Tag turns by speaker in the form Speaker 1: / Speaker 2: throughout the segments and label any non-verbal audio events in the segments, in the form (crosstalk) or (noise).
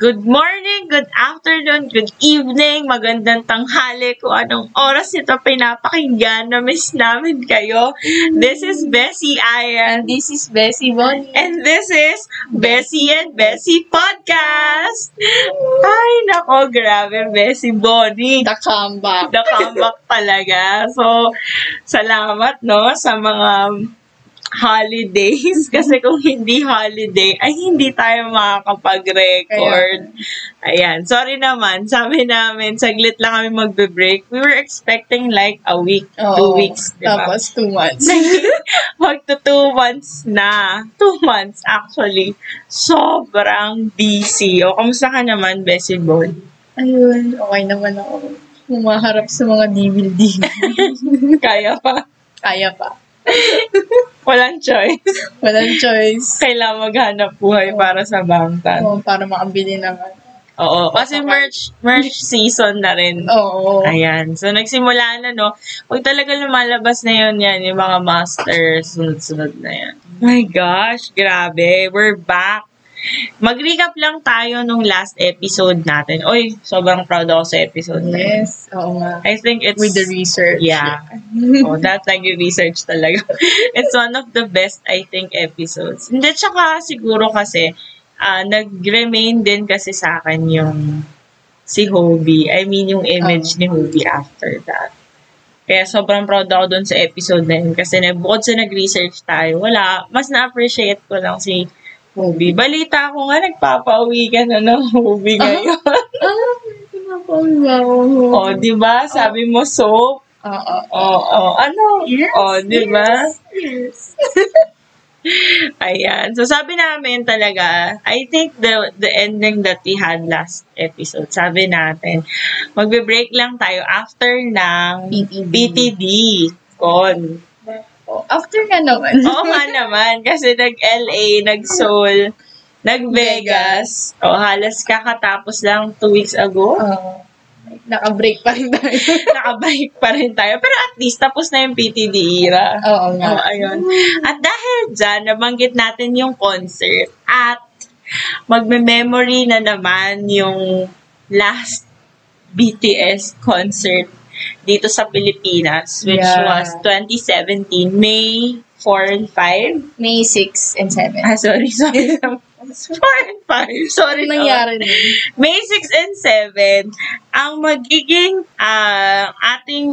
Speaker 1: Good morning, good afternoon, good evening, magandang tanghali kung anong oras ito pinapakinggan na miss namin kayo. This is Bessie Ayan.
Speaker 2: This is Bessie Bonnie.
Speaker 1: And this is Bessie and Bessie Podcast! Ay, nako, grabe, Bessie Bonnie.
Speaker 2: The comeback.
Speaker 1: The comeback talaga. So, salamat, no, sa mga holidays. (laughs) Kasi kung hindi holiday, ay hindi tayo makakapag-record. Ayan. Sorry naman. Sabi namin, saglit lang kami magbe-break. We were expecting like a week, two
Speaker 2: Oo.
Speaker 1: weeks, di ba?
Speaker 2: Tapos two months. (laughs)
Speaker 1: Magto two months na. Two months, actually. Sobrang busy. O, kamusta ka naman, Bessie Boy? (laughs)
Speaker 2: Ayun, okay naman ako. Humaharap sa mga dibil-dibil.
Speaker 1: Kaya pa.
Speaker 2: (laughs) Kaya pa.
Speaker 1: Walang choice.
Speaker 2: Walang choice.
Speaker 1: Kailangan maghanap buhay para sa bangtan.
Speaker 2: Oo, para makabili naman.
Speaker 1: Oo. Kasi merch, merch season na rin.
Speaker 2: Oo.
Speaker 1: Ayan. So, nagsimula na, no? Pag talaga lumalabas na yun, yan, yung mga masters, sunod-sunod na yan. My gosh, grabe. We're back. Mag-recap lang tayo nung last episode natin. Oy, sobrang proud ako sa episode na yun.
Speaker 2: Yes, oo nga.
Speaker 1: I think it's...
Speaker 2: With the research.
Speaker 1: Yeah.
Speaker 2: (laughs)
Speaker 1: oh, that nag-research talaga. (laughs) It's one of the best, I think, episodes. Hindi, tsaka siguro kasi, ah, nag-remain din kasi sa akin yung si Hobie. I mean, yung
Speaker 2: Oh.
Speaker 1: image ni Hobie after that. Kaya sobrang proud ako dun sa episode na yun kasi na, bukod sa nag-research tayo, wala, mas na-appreciate ko lang si Hobie. Balita ko nga, nagpapauwi ka na ng Hobie
Speaker 2: Ah.
Speaker 1: ngayon. (laughs)
Speaker 2: Ah, pinapawin ba ako?
Speaker 1: O, oh, di ba? Sabi mo, soap.
Speaker 2: Oo.
Speaker 1: Oo, oh, ano?
Speaker 2: Yes.
Speaker 1: oh, di ba?
Speaker 2: Yes.
Speaker 1: Ayan. So, sabi namin talaga, I think the the ending that we had last episode, sabi natin, magbe-break lang tayo after ng
Speaker 2: PTB.
Speaker 1: PTD. Con.
Speaker 2: After nga naman.
Speaker 1: Oo nga naman, kasi nag-LA, nag-Seoul, nag-Vegas. O, halos kakatapos lang two weeks
Speaker 2: (laughs)
Speaker 1: ago.
Speaker 2: (laughs) Oo. Naka-break pa rin tayo. (laughs)
Speaker 1: Nakabike pa rin tayo. Pero at least, tapos na yung PTD era.
Speaker 2: Oo nga.
Speaker 1: Oo, ayun. At dahil dyan, nabanggit natin yung concert at magme-memory na naman yung last BTS concert dito sa Pilipinas, which
Speaker 2: Yeah.
Speaker 1: was 2017, May 4 and 5.
Speaker 2: May 6 and 7.
Speaker 1: Ah, sorry, sorry.
Speaker 2: (laughs)
Speaker 1: 4 and 5. Sorry,
Speaker 2: Ano
Speaker 1: no.
Speaker 2: nangyari nun?
Speaker 1: May 6 and 7, ang magiging ah, ating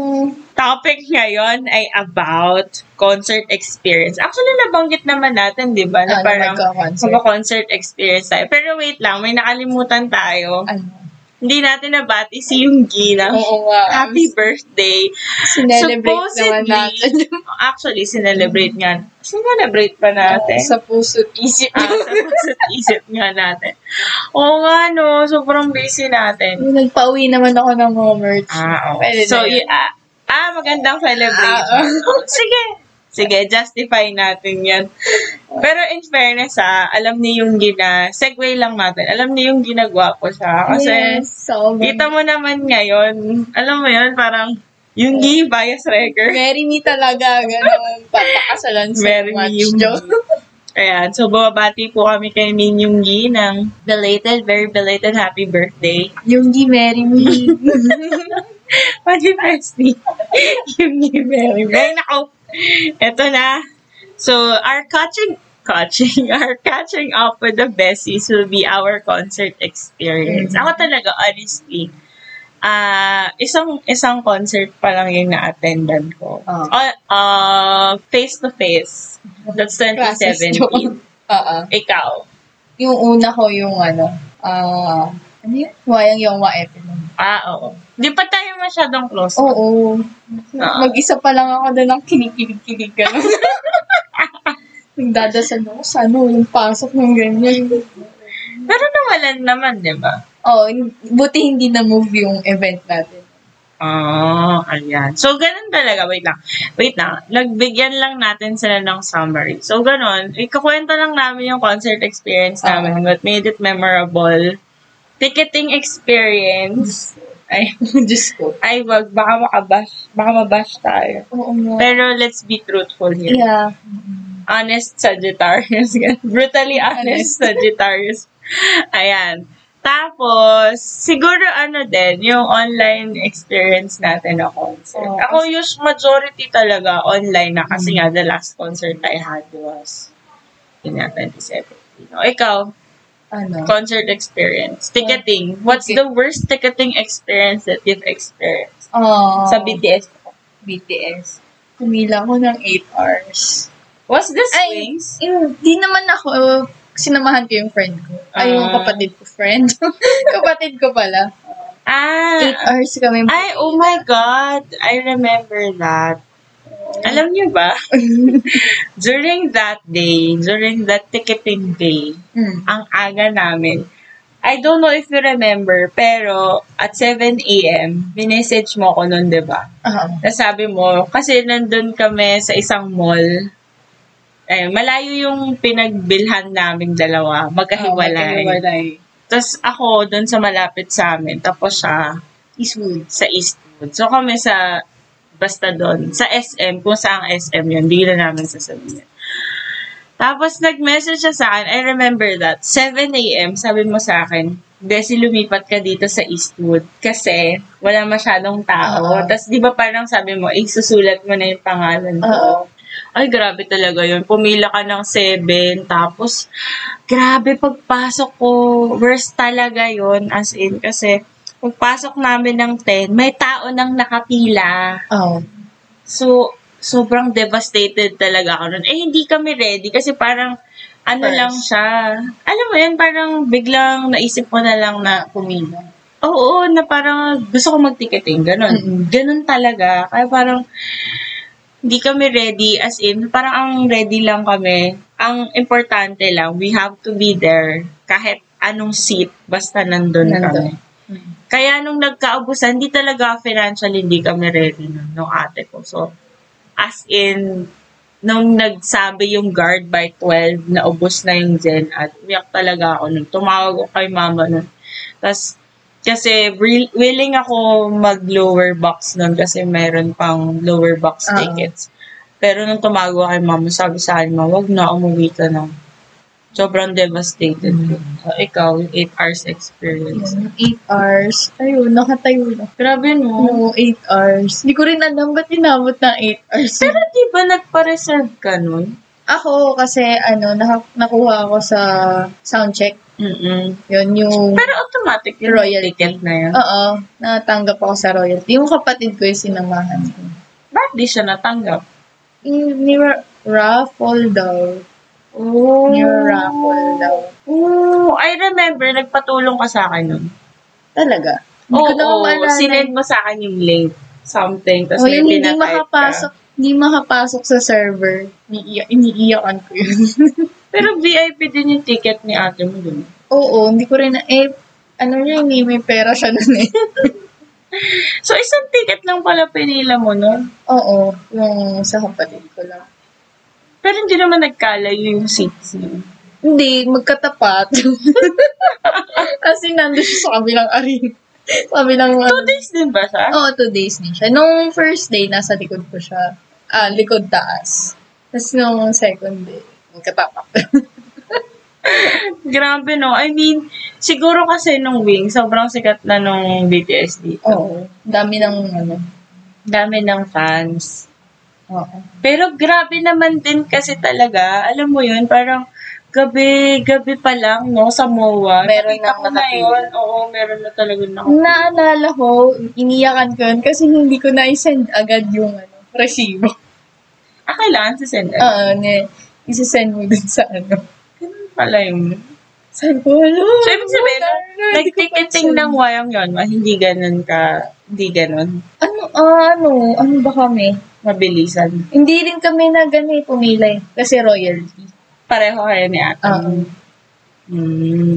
Speaker 1: topic ngayon ay about concert experience. Actually, nabanggit naman natin, di ba? Na
Speaker 2: Ano,
Speaker 1: parang
Speaker 2: magka-concert?
Speaker 1: magka-concert experience tayo. Pero wait lang, may nakalimutan tayo.
Speaker 2: Ano?
Speaker 1: Hindi natin nabati si yung Gina.
Speaker 2: Oo nga.
Speaker 1: Happy birthday.
Speaker 2: Sinelebrate naman natin.
Speaker 1: (laughs) Actually, sinelebrate nga. Sinelebrate pa natin.
Speaker 2: Sa puso't isip.
Speaker 1: Ah, sa puso't isip nga natin. Oo nga, no. Sobrang busy natin.
Speaker 2: Nagpa-uwi naman ako ng mga merch.
Speaker 1: Ah, oo.
Speaker 2: Pwede
Speaker 1: So,
Speaker 2: na yun.
Speaker 1: y- ah, ah, magandang celebration.
Speaker 2: Ah, (laughs)
Speaker 1: Oh, Sige. Sige, justify natin yan. Pero in fairness, ah, alam niyo yung gina, segue lang natin, alam niyo yung ginagawa ko siya. Kasi,
Speaker 2: yes, sobrang.
Speaker 1: kita mo naman ngayon, alam mo yun, parang, yung gi bias record.
Speaker 2: Merry me talaga. Ganun. Patakasalan so
Speaker 1: Merry me
Speaker 2: much.
Speaker 1: yung (laughs)
Speaker 2: Joke.
Speaker 1: Ayan, so bumabati po kami kay Min Yung Gi ng belated, very belated happy birthday.
Speaker 2: Yung di merry me.
Speaker 1: Manifest (laughs) ni yung ni Mary. Ay, nako. Eto na. So, our catching, catching, (laughs) our catching up with the besties will be our concert experience. Ako talaga, honestly, ah isang isang concert pa lang yung na-attendan ko.
Speaker 2: Ah.
Speaker 1: Ah, ah, face to face. That's
Speaker 2: Classes
Speaker 1: 2017.
Speaker 2: joke. Oo.
Speaker 1: Ikaw.
Speaker 2: Yung una ko yung ano. Ah, ano yun? Wayang yung waepin.
Speaker 1: Ah, oo. Di pa tayo masyadong close.
Speaker 2: Oh. Oo.
Speaker 1: Ah.
Speaker 2: Mag-isa pa lang ako doon ang kinikilig-kilig gano'n.
Speaker 1: (laughs)
Speaker 2: Nagdadasal ako sa ano, yung pasok ng ganyan.
Speaker 1: Pero nawalan naman, di ba?
Speaker 2: Oo, oh, buti hindi na-move yung event natin. (laughs)
Speaker 1: Oh, ayan. So, ganun talaga. Wait lang. Wait lang. Nagbigyan lang natin sila ng summary. So, ganun. Ikakwento lang namin yung concert experience namin. What made it memorable. Ticketing experience. Ay,
Speaker 2: Diyos ko.
Speaker 1: ay wag. Baka makabash. Baka mabash tayo.
Speaker 2: Oo nga.
Speaker 1: Pero let's be truthful here.
Speaker 2: Yeah.
Speaker 1: (laughs) Honest Sagittarius. Brutally honest
Speaker 2: Honest.
Speaker 1: Sagittarius. Ayan. Tapos, siguro ano din, yung online experience natin na concert.
Speaker 2: Oo. Mm.
Speaker 1: Ako, yung majority talaga online na kasi nga the last concert I had was in uh, 2017. O, ikaw,
Speaker 2: Ano?
Speaker 1: concert experience, ticketing. What's the worst ticketing experience that you've experienced?
Speaker 2: Ah,
Speaker 1: Sa BTS.
Speaker 2: BTS. Kumila ko ng 8 hours.
Speaker 1: Was this
Speaker 2: Ay,
Speaker 1: wings?
Speaker 2: Hindi naman ako, uh, sinamahan ko yung friend ko. Ay, yung
Speaker 1: Ah.
Speaker 2: kapatid ko friend. (laughs) kapatid ko pala. 8
Speaker 1: Ah,
Speaker 2: hours kami. (laughs)
Speaker 1: ay, oh my God. I remember that. Alam niyo ba? during that day, during that ticketing day,
Speaker 2: Mm.
Speaker 1: ang aga namin. I don't know if you remember, pero at 7 a.m., minessage mo ko nun, di ba?
Speaker 2: Ah.
Speaker 1: nasabi mo, kasi nandun kami sa isang mall. Eh, malayo yung pinagbilhan namin dalawa,
Speaker 2: Oh,
Speaker 1: magkahiwalay.
Speaker 2: magkahiwalay.
Speaker 1: Tapos ako, dun sa malapit sa amin. Tapos siya,
Speaker 2: Eastwood.
Speaker 1: sa Eastwood. So kami sa, basta doon, sa SM, kung saan SM yun, di na namin sasabihin. Tapos nag-message siya sa akin, I remember that, 7 a.m., sabi mo sa akin, Desi, lumipat ka dito sa Eastwood kasi wala masyadong tao.
Speaker 2: Oo.
Speaker 1: Tapos di ba parang sabi mo, isusulat mo na yung pangalan ko.
Speaker 2: Oo.
Speaker 1: Ay, grabe talaga yun. Pumila ka ng 7, tapos, grabe pagpasok ko. Worst talaga yun, as in, kasi, pagpasok namin ng 10, may tao nang nakapila.
Speaker 2: Oh.
Speaker 1: So, sobrang devastated talaga ako nun. Eh, hindi kami ready kasi parang, ano
Speaker 2: First.
Speaker 1: lang siya. Alam mo yun, parang biglang naisip ko na lang na,
Speaker 2: Kumila.
Speaker 1: Oo, na parang gusto ko mag-ticketing, ganun.
Speaker 2: Mm-mm.
Speaker 1: Ganun talaga. Kaya parang hindi kami ready as in, parang ang ready lang kami. Ang importante lang, we have to be there kahit anong seat, basta nandun, kami.
Speaker 2: Nandun.
Speaker 1: Kaya nung nagkaubusan, hindi talaga financially hindi kami ready nun, nung ate ko. So, as in, nung nagsabi yung guard by 12, naubos na yung gen at umiyak talaga ako nun. Tumawag ako kay mama nun. Tapos, kasi will- willing ako mag-lower box nun kasi meron pang lower box
Speaker 2: Oo.
Speaker 1: tickets. Pero nung tumago kay mama, sabi sa akin, ma, wag na, umuwi ka na. Sobrang devastated ko. So, ikaw, yung 8 hours experience.
Speaker 2: Yung 8 hours. Ayun, nakatayo na.
Speaker 1: Grabe no.
Speaker 2: Oo, 8 hours. Hindi ko rin alam ba't inabot ng 8 hours. (laughs)
Speaker 1: Pero di ba nagpa-reserve ka nun?
Speaker 2: Ako kasi ano, naka- nakuha ako sa soundcheck.
Speaker 1: mm
Speaker 2: Yun yung...
Speaker 1: Pero automatic yung
Speaker 2: Royal
Speaker 1: ticket na yan.
Speaker 2: Oo, natanggap ako sa royalty. Yung kapatid ko yung sinamahan ko.
Speaker 1: Bakit di siya natanggap?
Speaker 2: Yung Ni Ra- raffle daw.
Speaker 1: Oh.
Speaker 2: Ni raffle daw.
Speaker 1: Oh, I remember, nagpatulong ka sa akin nun.
Speaker 2: Talaga. Hindi
Speaker 1: Oo,
Speaker 2: ko na
Speaker 1: oh,
Speaker 2: maalala.
Speaker 1: sinend mo sa akin yung link. Something. Tapos
Speaker 2: Oh,
Speaker 1: may
Speaker 2: yung hindi
Speaker 1: pinatype
Speaker 2: makapasok,
Speaker 1: Ka.
Speaker 2: hindi makapasok sa server. Iniiya- Iniiyakan ko yun.
Speaker 1: Pero VIP din yung ticket ni ate mo dun.
Speaker 2: Oo, hindi ko rin na, eh, ano niya, hindi may pera siya (laughs) nun eh.
Speaker 1: So, isang ticket lang pala pinila mo nun.
Speaker 2: Oo, yung sa kapatid ko lang.
Speaker 1: Pero hindi naman nagkalayo yung seats niyo.
Speaker 2: Hindi, magkatapat. (laughs) Kasi nandun siya sa kabilang arena. Sa kabilang, ano.
Speaker 1: Two days din ba siya?
Speaker 2: Oo, two days din siya. Nung first day, nasa likod ko siya. Ah, likod taas. Tapos nung second day, magkatapat. (laughs)
Speaker 1: Grabe no. I mean, siguro kasi nung Wing, sobrang sikat na nung BTS dito.
Speaker 2: Oo, dami ng ano.
Speaker 1: Dami ng fans.
Speaker 2: Oo.
Speaker 1: Pero grabe naman din kasi talaga. Alam mo yun, parang gabi, gabi pa lang, no, sa MOA.
Speaker 2: Meron
Speaker 1: Nakita
Speaker 2: na
Speaker 1: ko na
Speaker 2: nakapili.
Speaker 1: yun. Oo, meron na talaga na ako.
Speaker 2: Naalala ko, iniyakan ko yun kasi hindi ko na-send agad yung ano, resibo.
Speaker 1: Ah, kailangan si Send. Uh,
Speaker 2: Oo, ne, isi-send Ah, mo dun sa ano.
Speaker 1: pala yun.
Speaker 2: Sabi ko, ano?
Speaker 1: So, ibig sabihin, nag-ticketing ng wayang yun, ma, hindi ganun ka, hindi ganun.
Speaker 2: Ano, ah, ano, ano ba kami?
Speaker 1: Mabilisan.
Speaker 2: Hindi rin kami na gano'y pumilay. Kasi royalty. Ah,
Speaker 1: Pareho kayo ni ate.
Speaker 2: Oo.
Speaker 1: Mm.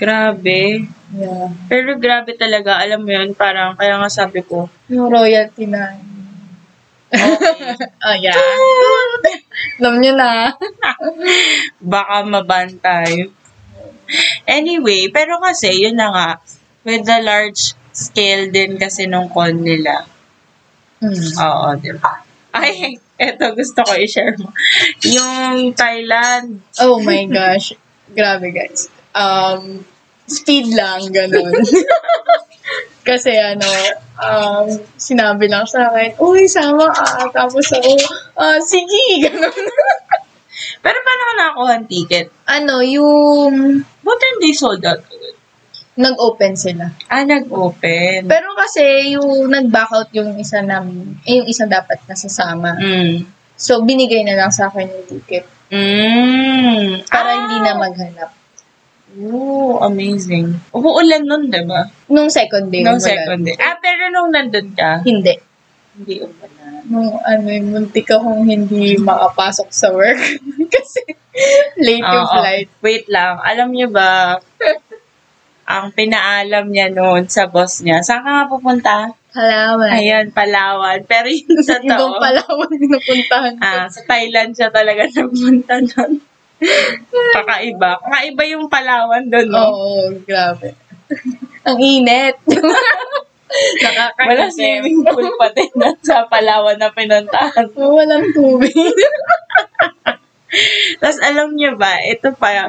Speaker 1: Grabe.
Speaker 2: yeah.
Speaker 1: Pero grabe talaga, alam mo yun, parang kaya nga sabi ko,
Speaker 2: Yung royalty na. (laughs) oh,
Speaker 1: (laughs)
Speaker 2: yeah. Alam nyo na.
Speaker 1: baka maban tayo. Anyway, pero kasi yun na nga, with the large scale din kasi nung con nila.
Speaker 2: Mm.
Speaker 1: Oo, di ba? Ay, eto gusto ko i-share mo. Yung Thailand,
Speaker 2: Oh my gosh. Grabe, guys. Um, Speed lang,
Speaker 1: (laughs)
Speaker 2: ganun. Kasi ano, um, sinabi lang sa akin, uy, sama ka. Tapos ako, ah, sige, (laughs) ganun.
Speaker 1: Pero paano ka nakakuha ng ticket?
Speaker 2: ano, yung
Speaker 1: What time they sold out?
Speaker 2: nag-open sila.
Speaker 1: Ah, nag-open.
Speaker 2: Pero kasi yung nag-back out yung isa namin, eh, yung isa dapat nasasama.
Speaker 1: Mm.
Speaker 2: So, binigay na lang sa akin yung ticket
Speaker 1: Mm.
Speaker 2: para
Speaker 1: Ah.
Speaker 2: hindi na maghanap.
Speaker 1: Oh, amazing. Umuulan nun, di ba?
Speaker 2: Nung second day.
Speaker 1: Nung
Speaker 2: wala.
Speaker 1: second day. Ah, pero nung nandun ka,
Speaker 2: Hindi.
Speaker 1: hindi umulan.
Speaker 2: Nung ano, yung muntik akong hindi makapasok sa work. (laughs) kasi late yung
Speaker 1: Oo.
Speaker 2: flight.
Speaker 1: Wait lang. Alam niyo ba, (laughs) ang pinaalam niya noon sa boss niya, saan ka nga pupunta?
Speaker 2: Halaman.
Speaker 1: Ayun, Palawan. Pero yung
Speaker 2: (laughs) Sa ibang
Speaker 1: totoo,
Speaker 2: Palawan (laughs) pinupuntahan ko.
Speaker 1: ah, sa Thailand siya talaga (laughs) nagpunta nun. Kakaiba. Kakaiba yung Palawan doon, no?
Speaker 2: Oo, grabe. (laughs) Ang (laughs) init. Nakakainis.
Speaker 1: Wala swimming pool pa din (laughs) na sa Palawan na pinuntahan.
Speaker 2: Walang tubig.
Speaker 1: Tapos alam niyo ba, ito pa,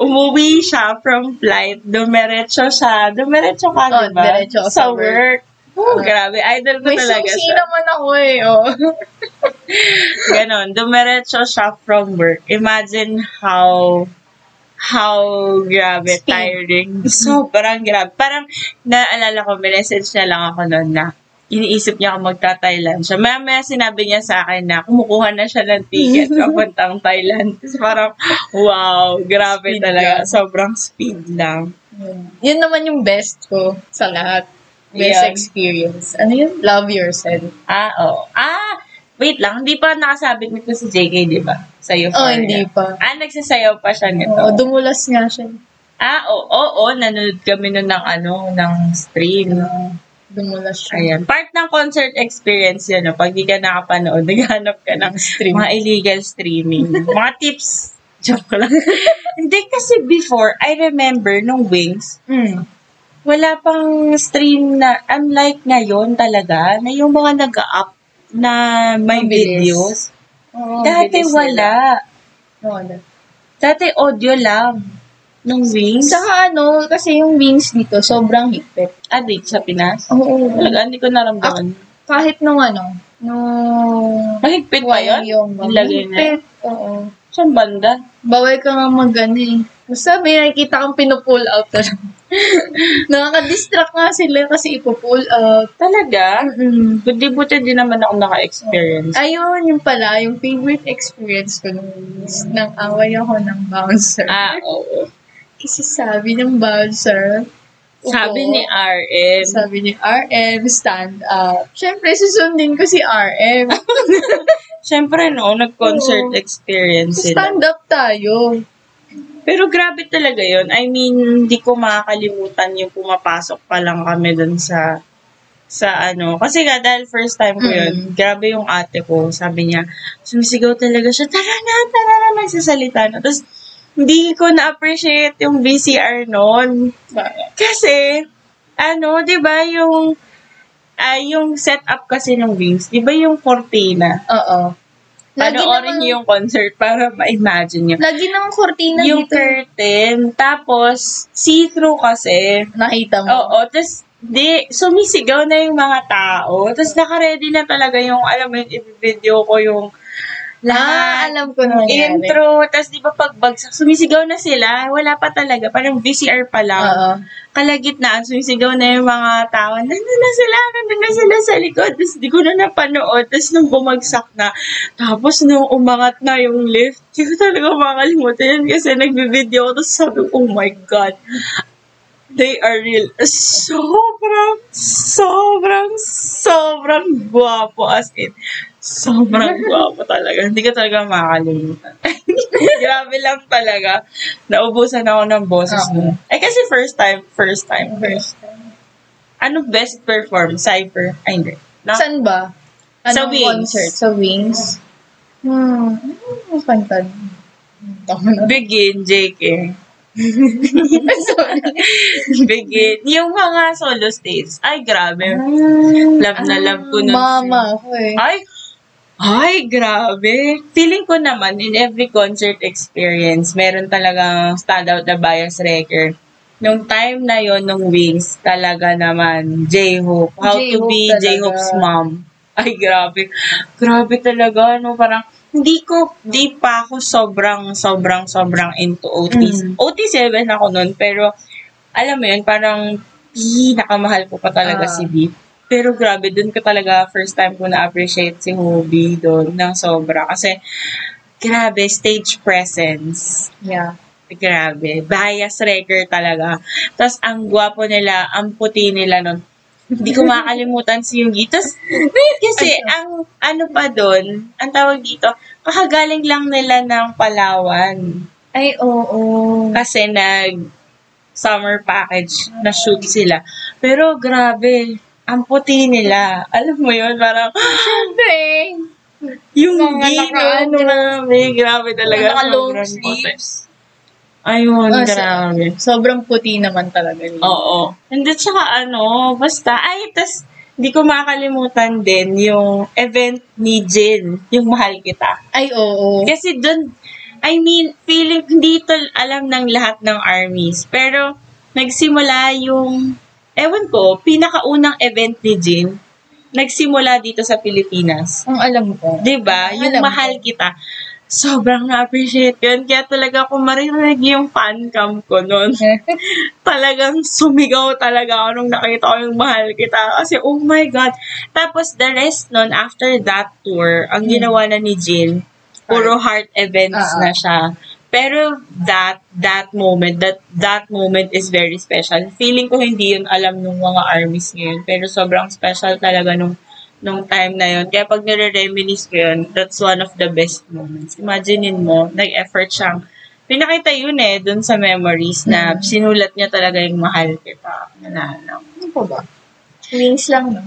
Speaker 1: umuwi siya from flight, dumiretso siya, dumiretso ka,
Speaker 2: Oh,
Speaker 1: di ba?
Speaker 2: diretso ako sa
Speaker 1: Sa work. Oh,
Speaker 2: Ah.
Speaker 1: grabe. Idol ko
Speaker 2: May
Speaker 1: talaga
Speaker 2: susi
Speaker 1: siya.
Speaker 2: naman ako eh. Oh.
Speaker 1: Ganon, dumiretso siya from work. Imagine how how grabe,
Speaker 2: Speed. (laughs)
Speaker 1: tiring. Sobrang grabe. Parang naalala ko, message niya lang ako noon na iniisip niya kung magta-Thailand siya. Maya maya sinabi niya sa akin na kumukuha na siya ng ticket
Speaker 2: (laughs)
Speaker 1: papuntang Thailand. (laughs) Tapos parang, wow, grabe
Speaker 2: Speed
Speaker 1: talaga.
Speaker 2: lang.
Speaker 1: Sobrang speed lang.
Speaker 2: Yun. Yun naman yung best ko sa lahat. Best
Speaker 1: Yan.
Speaker 2: experience. Ano yun? Love yourself.
Speaker 1: Ah, oo. Ah, wait lang. Hindi pa nakasabit nito si JK, di ba? Sa
Speaker 2: Oh,
Speaker 1: Euphoria.
Speaker 2: hindi pa.
Speaker 1: Ah, nagsasayaw pa siya nito.
Speaker 2: Oo, dumulas nga siya.
Speaker 1: Ah, oo, oo, nanonood kami nun ng ano, ng stream.
Speaker 2: Dumulas siya.
Speaker 1: Ayan. Part ng concert experience yun, no? pag di ka nakapanood, (laughs) naghanap ka ng
Speaker 2: Ng stream.
Speaker 1: mga illegal streaming. mga tips. (laughs) Joke lang. (laughs) Hindi kasi before, I remember nung Wings,
Speaker 2: Mm.
Speaker 1: wala pang stream na, unlike ngayon talaga, na yung mga nag-up na may
Speaker 2: Mabilis.
Speaker 1: videos.
Speaker 2: Oo,
Speaker 1: Dati
Speaker 2: bilis nila.
Speaker 1: wala.
Speaker 2: Wala.
Speaker 1: Dati audio lang. Nung Wings.
Speaker 2: Saka ano, kasi yung wings dito, sobrang higpit.
Speaker 1: Ah, dito sa Pinas.
Speaker 2: Oo.
Speaker 1: Talaga, hindi ko naramdaman.
Speaker 2: Kahit nung ano, nung...
Speaker 1: Mahigpit ba yun?
Speaker 2: Yung
Speaker 1: Nilagay na.
Speaker 2: higpit. Oo.
Speaker 1: Saan banda?
Speaker 2: Bawal ka nga mag ano eh. Basta may nakikita kang pinupull out na lang. (laughs) Nakaka-distract nga sila kasi ipupull out.
Speaker 1: Talaga?
Speaker 2: Mm-mm.
Speaker 1: Buti buti din naman ako naka-experience.
Speaker 2: Ayun, yung pala, yung favorite experience ko nung is nang away ako ng bouncer.
Speaker 1: Ah, oo.
Speaker 2: Kasi sabi ng bouncer,
Speaker 1: Sabi
Speaker 2: oo,
Speaker 1: ni RM.
Speaker 2: sabi ni RM, stand up. Siyempre, susundin ko si RM.
Speaker 1: Siyempre, no, nag-concert
Speaker 2: Oo.
Speaker 1: experience sila.
Speaker 2: stand up tayo.
Speaker 1: Pero grabe talaga yon I mean, hindi ko makakalimutan yung pumapasok pa lang kami dun sa sa ano. Kasi nga, dahil first time ko yun,
Speaker 2: Mm.
Speaker 1: grabe yung ate ko. Sabi niya, sumisigaw talaga siya, tara na, tara na, nagsasalita na. Tapos, hindi ko na-appreciate yung VCR noon. Kasi, ano, di ba yung, ay yung setup kasi ng Wings, di ba yung cortina?
Speaker 2: Oo.
Speaker 1: Panoorin niyo yung concert para ma-imagine niyo.
Speaker 2: Lagi namang kortina
Speaker 1: Yung
Speaker 2: dito.
Speaker 1: curtain, tapos see-through kasi.
Speaker 2: Nakita mo.
Speaker 1: Oo, tapos di, sumisigaw na yung mga tao. Tapos nakaready na talaga yung, alam mo yung video ko yung
Speaker 2: Ah,
Speaker 1: lahat.
Speaker 2: alam ko na nangyari.
Speaker 1: intro, tapos di ba pagbagsak, sumisigaw na sila. Wala pa talaga, parang VCR pa lang.
Speaker 2: Oo.
Speaker 1: kalagitnaan, sumisigaw na yung mga tao, nandun na sila, nandun na sila sa likod. Tapos di ko na napanood. Tapos nung bumagsak na, tapos nung umangat na yung lift, di ko talaga makakalimutan yun kasi nagbibideo ako. Tapos sabi ko, oh my God, they are real. Sobrang, sobrang, sobrang guwapo as in. Sobrang guwapo talaga. Hindi ko talaga makakalimutan. (laughs) Grabe lang talaga. Naubusan ako ng boses
Speaker 2: Oo.
Speaker 1: nun. Eh kasi first time, first time, first.
Speaker 2: First time.
Speaker 1: Ano best perform? Cypher? Ay, hindi. Na-
Speaker 2: Saan ba? Anong
Speaker 1: Ah. Sa Wings.
Speaker 2: concert? Sa Wings? Hmm. Ano yung kanta? Tama na. (laughs)
Speaker 1: Begin, JK.
Speaker 2: Sorry.
Speaker 1: (laughs) Begin. Yung mga solo states. Ay, grabe. Love na love ko nun.
Speaker 2: Mama ako eh.
Speaker 1: Ay, ay, grabe. Feeling ko naman, in every concert experience, meron talagang standout na bias wrecker. nung time na yon nung Wings, talaga naman, J-Hope. How to
Speaker 2: J-Hope
Speaker 1: be
Speaker 2: talaga.
Speaker 1: J-Hope's mom. Ay, grabe. Grabe talaga, no? Parang, hindi ko, di pa ako sobrang, sobrang, sobrang into OTs.
Speaker 2: Mm.
Speaker 1: OT7 ako nun, pero, alam mo yun, parang, pinakamahal ko pa talaga
Speaker 2: Ah.
Speaker 1: si B. Pero grabe, dun ko talaga, first time ko na-appreciate si Hobie doon ng sobra. Kasi, grabe, stage presence.
Speaker 2: Yeah.
Speaker 1: Grabe. Bias wrecker talaga. Tapos, ang gwapo nila, ang puti nila nun. Hindi ko makakalimutan si Yugi. Tapos, kasi ang ano pa doon, ang tawag dito, kakagaling lang nila ng Palawan.
Speaker 2: Ay, oo.
Speaker 1: Kasi nag summer package na shoot sila. Pero grabe, ang puti nila. Alam mo yun, parang
Speaker 2: Siyempre.
Speaker 1: yung
Speaker 2: Mga
Speaker 1: gay na
Speaker 2: naka-
Speaker 1: ano namin. Grabe
Speaker 2: Talaga.
Speaker 1: talaga.
Speaker 2: Naka-long
Speaker 1: Sobrang puti.
Speaker 2: sleeves.
Speaker 1: Ayun,
Speaker 2: Oh, so-
Speaker 1: grabe.
Speaker 2: Sobrang puti naman talaga niya.
Speaker 1: Oo. And then, tsaka ano, basta, ay, tas, hindi ko makakalimutan din yung event ni Jin, yung Mahal Kita.
Speaker 2: Ay, oo.
Speaker 1: Kasi dun, I mean, feeling, hindi ito alam ng lahat ng armies. Pero, nagsimula yung, ewan ko, pinakaunang event ni Jin, nagsimula dito sa Pilipinas.
Speaker 2: Ang alam ko.
Speaker 1: 'Di ba? Yung
Speaker 2: Ah, Alam ko.
Speaker 1: mahal kita. Sobrang na-appreciate yun. Kaya talaga kung maririnig yung fan cam ko noon, talagang sumigaw talaga ako nung nakita ko yung mahal kita. Kasi, oh my God. Tapos, the rest nun, after that tour, ang ginawa na ni Jill, puro heart events
Speaker 2: Hmm. Ah, ah.
Speaker 1: na siya. Pero that that moment, that that moment is very special. Feeling ko hindi yun alam ng mga armies ngayon, pero sobrang special talaga nung nung time na yun. Kaya pag nire-reminis ko yun, that's one of the best moments. Imaginein mo, nag-effort siyang pinakita yun eh, dun sa memories na
Speaker 2: Mm-hmm.
Speaker 1: sinulat niya talaga yung mahal kita. Nananaw.
Speaker 2: Ano pa ba? Wings lang, no?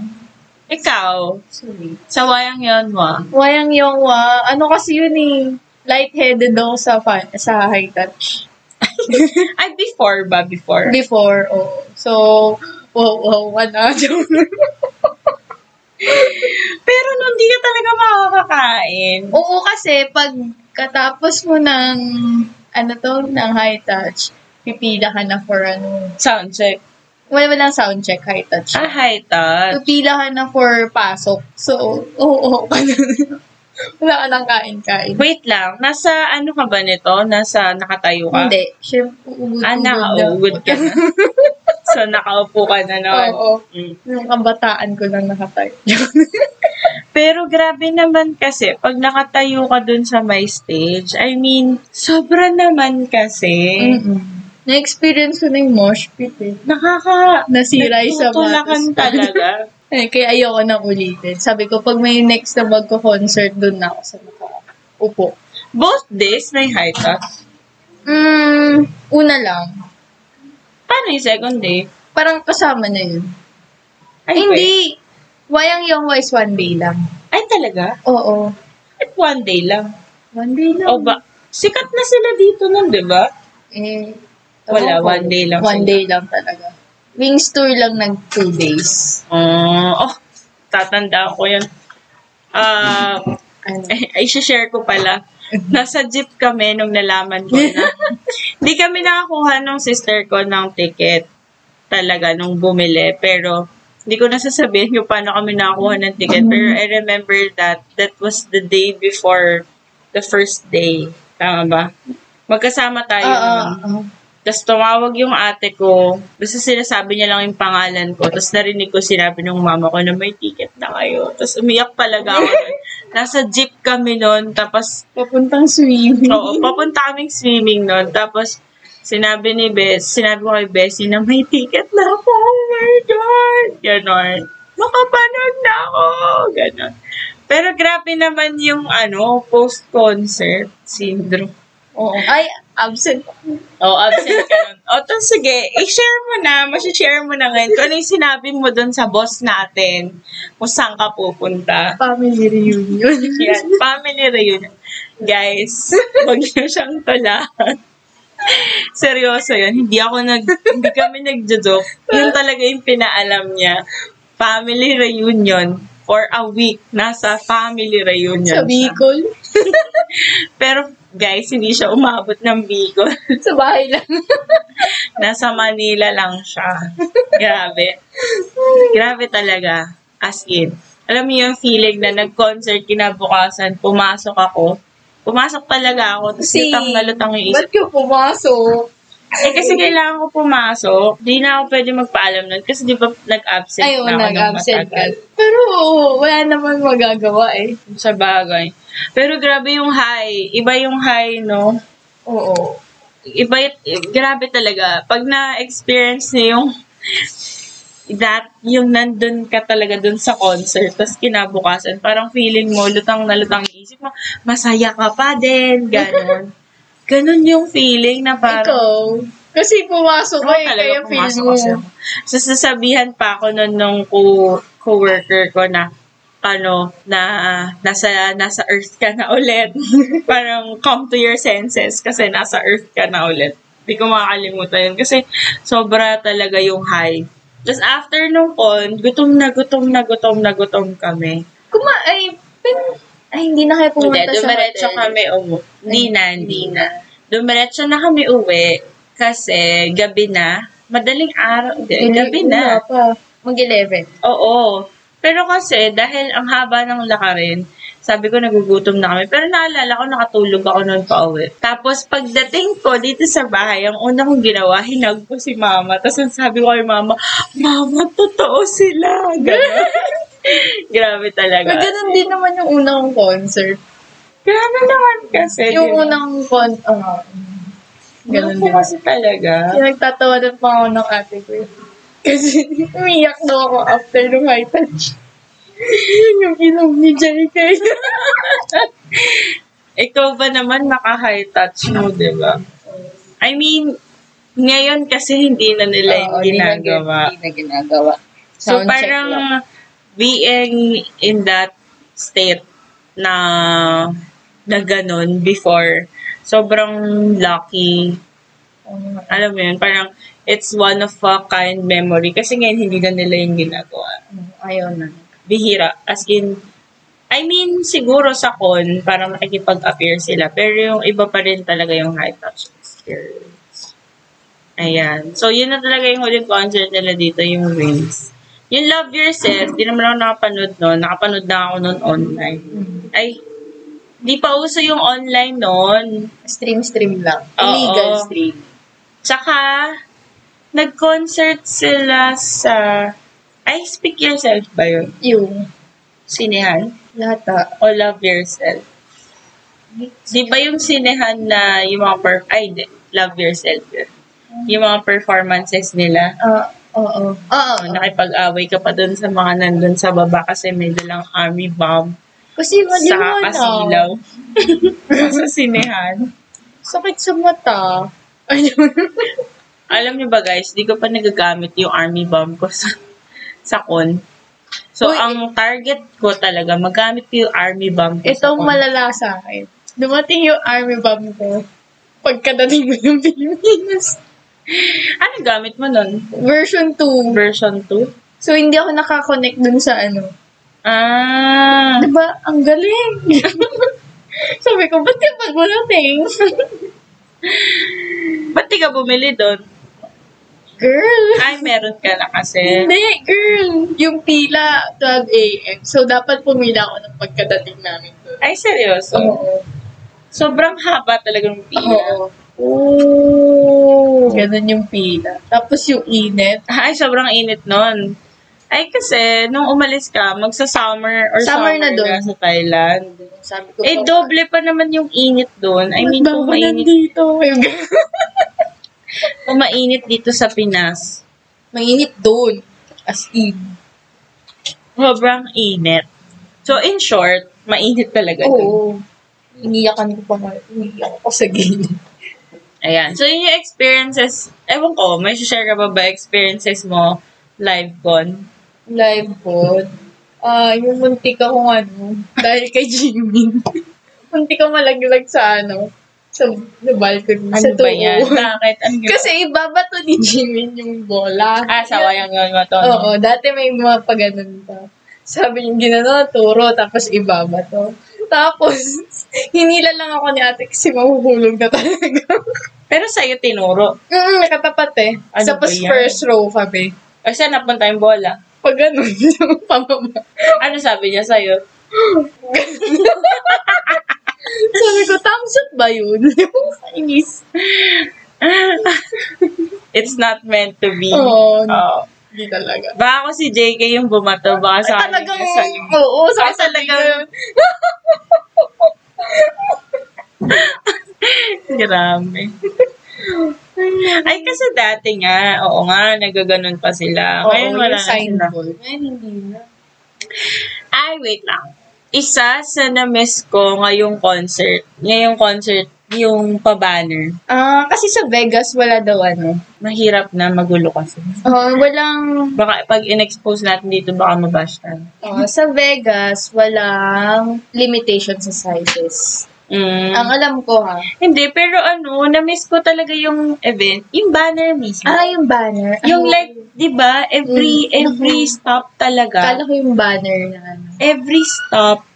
Speaker 1: Ikaw,
Speaker 2: Sorry.
Speaker 1: sa wayang yon mo,
Speaker 2: Wayang Yongwa, ano kasi yun eh, lightheaded daw sa, fan, sa high touch.
Speaker 1: ay before ba, before?
Speaker 2: Before, oo. So, wow, wow, wala. (laughs)
Speaker 1: Pero nung di ka talaga makakakain.
Speaker 2: oo kasi, pag katapos mo ng, ano to, ng high touch, pipila ka na for ano,
Speaker 1: Sound check.
Speaker 2: wala walang sound check, high touch.
Speaker 1: Ah, high touch.
Speaker 2: Pipila ka na for pasok. So, oo, oo. (laughs) wala ka nang kain-kain.
Speaker 1: Wait lang, nasa ano ka ba nito? Nasa nakatayo ka?
Speaker 2: Hindi. Siyempre, uugod-ugod
Speaker 1: Ah, nakaugod ka na. so, nakaupo ka na naman.
Speaker 2: (laughs) Oo.
Speaker 1: Mm.
Speaker 2: Yung kabataan ko lang nakatay. (laughs)
Speaker 1: Pero grabe naman kasi, pag nakatayo ka dun sa my stage, I mean, sobra naman kasi.
Speaker 2: Mm-mm. Na-experience ko na yung mosh pit eh.
Speaker 1: Nakaka...
Speaker 2: Nasira yung
Speaker 1: nagtutulakan
Speaker 2: sapatos.
Speaker 1: talaga.
Speaker 2: Eh, kaya ayoko na ulitin. Sabi ko, pag may next na magko-concert, dun na ako sa nakaupo.
Speaker 1: Both days, may high touch.
Speaker 2: Mm, una lang.
Speaker 1: Paano yung second day?
Speaker 2: Parang kasama na yun.
Speaker 1: Ay,
Speaker 2: Hindi.
Speaker 1: wait.
Speaker 2: Wayang yung wise one day lang.
Speaker 1: Ay, talaga?
Speaker 2: Oo.
Speaker 1: At one day lang.
Speaker 2: One day lang.
Speaker 1: O Oh, ba? Sikat na sila dito nun, di ba?
Speaker 2: Eh,
Speaker 1: Wala,
Speaker 2: oo.
Speaker 1: one day lang
Speaker 2: One
Speaker 1: sila.
Speaker 2: day lang talaga. Wings tour lang nag two days.
Speaker 1: Ah, oh, tatandaan ko yun. Ah,
Speaker 2: Ano?
Speaker 1: (laughs) ay, ay share ko pala. Nasa jeep kami nung nalaman ko
Speaker 2: (laughs)
Speaker 1: na. Hindi kami nakakuha nung sister ko ng ticket talaga nung bumili. Pero, hindi ko nasasabihin kung paano kami nakakuha ng ticket. Pero I remember that that was the day before the first day. Tama ba? Magkasama tayo.
Speaker 2: Oo.
Speaker 1: nun. Tapos tumawag yung ate ko. Basta sinasabi niya lang yung pangalan ko. Tapos narinig ko sinabi ng mama ko na may ticket na kayo. Tapos umiyak talaga ako. nun. Nasa jeep kami noon. Tapos,
Speaker 2: Papuntang swimming.
Speaker 1: oo, papunta kaming swimming noon. Tapos, sinabi ni Bes, sinabi ko kay Bessie na may ticket na ako. Oh my God! Ganon. Makapanood na ako! Ganon. Pero grabe naman yung ano, post-concert syndrome.
Speaker 2: Oo. Ay, absent.
Speaker 1: Oh, absent ka nun. O, to, sige, i-share mo na, masishare mo na ngayon kung ano yung sinabi mo dun sa boss natin, kung saan ka pupunta.
Speaker 2: (laughs) Family reunion.
Speaker 1: Yan, family reunion. Guys, (laughs) huwag niyo siyang tulaan. Seryoso yun, hindi ako nag, hindi kami nagjo-joke. Yun talaga yung pinaalam niya. Family reunion for a week. Nasa family reunion siya.
Speaker 2: Sa Bicol.
Speaker 1: Pero Guys, hindi siya umabot ng (laughs) Bicol.
Speaker 3: Sa bahay lang.
Speaker 1: Nasa Manila lang siya. Grabe. Grabe talaga. As in. Alam niyo yung feeling na nag-concert kinabukasan, pumasok ako. Pumasok talaga ako, tapos
Speaker 3: Same.
Speaker 1: lutang na lutang yung isip.
Speaker 2: Ba't ka pumasok?
Speaker 1: Eh kasi kailangan ko pumasok, di na ako pwede magpaalam nun kasi di ba nag-absent
Speaker 3: Ayun,
Speaker 1: na ako ng
Speaker 3: nag-absent ka.
Speaker 1: matagal.
Speaker 2: Pero wala naman magagawa eh.
Speaker 1: Sa bagay. Pero grabe yung high. Iba yung high, no?
Speaker 2: Oo.
Speaker 1: iba, grabe talaga. Pag na-experience niyo yung that, yung nandun ka talaga dun sa concert, tapos kinabukasan, parang feeling mo, lutang na lutang yung isip mo, masaya ka pa din, ganun. ganun yung feeling na parang,
Speaker 2: Ikaw. Kasi pumasok
Speaker 1: Oo,
Speaker 2: ka eh, kaya feel
Speaker 1: pumasok
Speaker 2: mo.
Speaker 1: kasi ako. So, sasabihan pa ako nun nung co- co-worker ko na, ano, na nasa nasa earth ka na ulit. (laughs) Parang come to your senses kasi nasa earth ka na ulit. Hindi ko makakalimutan yun kasi sobra talaga yung high. Tapos after nung con, gutom na gutom na gutom na gutom kami.
Speaker 3: Kuma, ay, pin- ay, hindi na kayo
Speaker 1: Hindi,
Speaker 3: pumunta sa
Speaker 1: dumiretso
Speaker 3: hotel.
Speaker 1: kami umu. Hindi na, hindi na. Dumiretso na kami uwi kasi gabi na. Madaling araw. Hindi,
Speaker 2: Hindi,
Speaker 1: gabi na.
Speaker 2: wala pa.
Speaker 3: Mag-11.
Speaker 1: Oo. Pero kasi, dahil ang haba ng lakarin, sabi ko nagugutom na kami. Pero naalala ko, nakatulog ako noon pa uwi. Tapos pagdating ko dito sa bahay, ang una kong ginawa, hinag ko si mama. Tapos ang sabi ko kay mama, mama, totoo sila. (laughs) Ganun. Grabe talaga.
Speaker 2: Pero ganun din naman yung unang concert.
Speaker 1: Grabe naman kasi.
Speaker 2: Yung
Speaker 1: di ba?
Speaker 2: unang con... ah, ganun
Speaker 1: Ganun po
Speaker 2: din.
Speaker 1: kasi talaga.
Speaker 2: Yung nagtatawanan pa ako ng ate ko. eh. Kasi umiyak daw ako after nung high touch. Yun yung inom ni JK.
Speaker 1: Ikaw ba naman maka-high touch mo, di ba? I mean, ngayon kasi hindi na nila yung
Speaker 3: Oo, hindi na-
Speaker 1: ginagawa.
Speaker 3: Hindi na ginagawa.
Speaker 1: So
Speaker 3: Sound check lang.
Speaker 1: parang being in that state na na ganun before, sobrang lucky. Alam mo yun, parang it's one of a kind memory. Kasi ngayon hindi na nila yung ginagawa
Speaker 3: Ayaw na.
Speaker 1: bihira. As in, I mean, siguro sa con, parang nakikipag-appear sila. Pero yung iba pa rin talaga yung high touch experience. Ayan. So, yun na talaga yung huling concert nila dito, yung Wings. Yung Love Yourself, di naman ako nakapanood noon. Nakapanood na ako noon online. Ay, di pa uso yung online noon.
Speaker 3: Stream-stream lang.
Speaker 1: Oo.
Speaker 3: Illegal stream.
Speaker 1: Tsaka, nag-concert sila sa... I Speak Yourself ba yun?
Speaker 2: yung
Speaker 1: Sinehan?
Speaker 2: lata.
Speaker 1: o love yourself. Di ba yung sinehan na yung mga per- ay, di, love yourself yun. Yung mga performances nila.
Speaker 2: Ah,
Speaker 3: Oo.
Speaker 2: oo.
Speaker 1: Oh, nakipag-away ka pa dun sa mga nandun sa baba kasi may dalang army bomb
Speaker 2: Kasi mali
Speaker 1: sa
Speaker 2: mo na.
Speaker 1: kasilaw. (laughs) sa sinehan.
Speaker 2: Sakit sa mata.
Speaker 1: Alam niyo ba guys, di ko pa nagagamit yung army bomb ko sa, sa con. So,
Speaker 2: Uy,
Speaker 1: ang target ko talaga, magamit ko yung army bomb ko sa
Speaker 2: Itong
Speaker 1: con.
Speaker 2: malala sa akin. Dumating yung army bomb ko. Pagkadating ko ng Pilipinas.
Speaker 1: ano gamit mo nun?
Speaker 2: Version 2.
Speaker 1: Version 2?
Speaker 2: So, hindi ako nakakonect dun sa ano.
Speaker 1: Ah.
Speaker 2: Diba? Ang galing. (laughs) Sabi ko, ba't ka pag malating?
Speaker 1: Ba't di ka bumili doon?
Speaker 2: (laughs) Girl.
Speaker 1: Ay, meron ka na kasi.
Speaker 2: Hindi, girl. Yung pila, 12 a.m. So, dapat pumila ako ng pagkadating namin dun.
Speaker 1: Ay, seryoso.
Speaker 2: Oo.
Speaker 1: Sobrang haba talaga ng pila. Oh.
Speaker 2: Oo. Oo. Ganun yung pila. Tapos yung init.
Speaker 1: Ay, sobrang init nun. Ay, kasi nung umalis ka, magsa-summer or summer,
Speaker 2: Summer na dun.
Speaker 1: ka sa Thailand.
Speaker 3: Sabi ko pa-
Speaker 1: Eh, doble pa naman yung init doon. I mean,
Speaker 2: Ba't ba
Speaker 1: kung
Speaker 2: ako
Speaker 1: mainit,
Speaker 2: nandito? Yung
Speaker 1: kung mainit dito sa Pinas,
Speaker 3: Mainit doon. As in.
Speaker 1: sobrang init. So, in short, mainit talaga dun.
Speaker 3: Oo. Iniyakan ko pa nga. Iniyak ako sa gilid.
Speaker 1: Ayan. So, yun yung experiences. Ewan ko, may share ka ba ba experiences mo live con?
Speaker 2: (laughs) live pod. Ah, yung muntik ako ano, dahil kay Jimin. (laughs) muntik ako malaglag sa ano, sa, sa balcony,
Speaker 1: Ano
Speaker 2: sa
Speaker 1: ba
Speaker 2: tubo. (laughs)
Speaker 1: yan? Bakit? Ano yun?
Speaker 2: Kasi ibabato ni Jimin yung bola.
Speaker 1: Ah, sa wayang yun mo to.
Speaker 2: Oo, dati may mga paganon pa. Sabi niya, ginano, turo, tapos (laughs) ibabato. Tapos, Hinila lang ako ni ate kasi mahuhulog na talaga. (laughs)
Speaker 1: Pero sa'yo tinuro.
Speaker 2: mm, nakatapat eh.
Speaker 1: Ano
Speaker 2: Sa
Speaker 1: ba yan?
Speaker 2: first row kami.
Speaker 1: O siya napunta yung bola.
Speaker 2: Pag ganun, (laughs) yung pababa.
Speaker 1: Ano sabi niya sa'yo?
Speaker 2: Sabi ko, thumbs up ba yun? (laughs) Inis.
Speaker 1: It's not meant to be.
Speaker 2: Oo,
Speaker 1: Oo.
Speaker 2: hindi talaga.
Speaker 1: Baka ako si JK yung bumato. Baka sa akin
Speaker 2: talagang,
Speaker 1: yung sa'yo.
Speaker 2: oo, sa
Speaker 1: Ah, talagang-
Speaker 2: talaga.
Speaker 1: Grabe. Ay, kasi dati nga, oo nga, nagaganon pa sila. Ngayon wala na sila.
Speaker 3: Ngayon, hindi na.
Speaker 1: Ay, wait lang. Isa sa na-miss ko ngayong concert, ngayong concert, yung pa-banner.
Speaker 2: Ah, kasi sa Vegas, wala daw ano.
Speaker 1: Mahirap na magulo kasi.
Speaker 2: Ah, walang
Speaker 1: Baka pag in-expose natin dito, baka mabash tayo.
Speaker 2: Oh, sa Vegas, walang limitation sa sizes.
Speaker 1: Mm.
Speaker 2: Ang alam ko ha.
Speaker 1: Hindi, pero ano, na-miss ko talaga yung event, yung banner mismo.
Speaker 2: Ah, yung banner.
Speaker 1: yung
Speaker 2: Ano?
Speaker 1: like, di ba, every,
Speaker 2: Mm.
Speaker 1: every stop talaga.
Speaker 2: Kala ko yung banner na ano.
Speaker 1: every stop,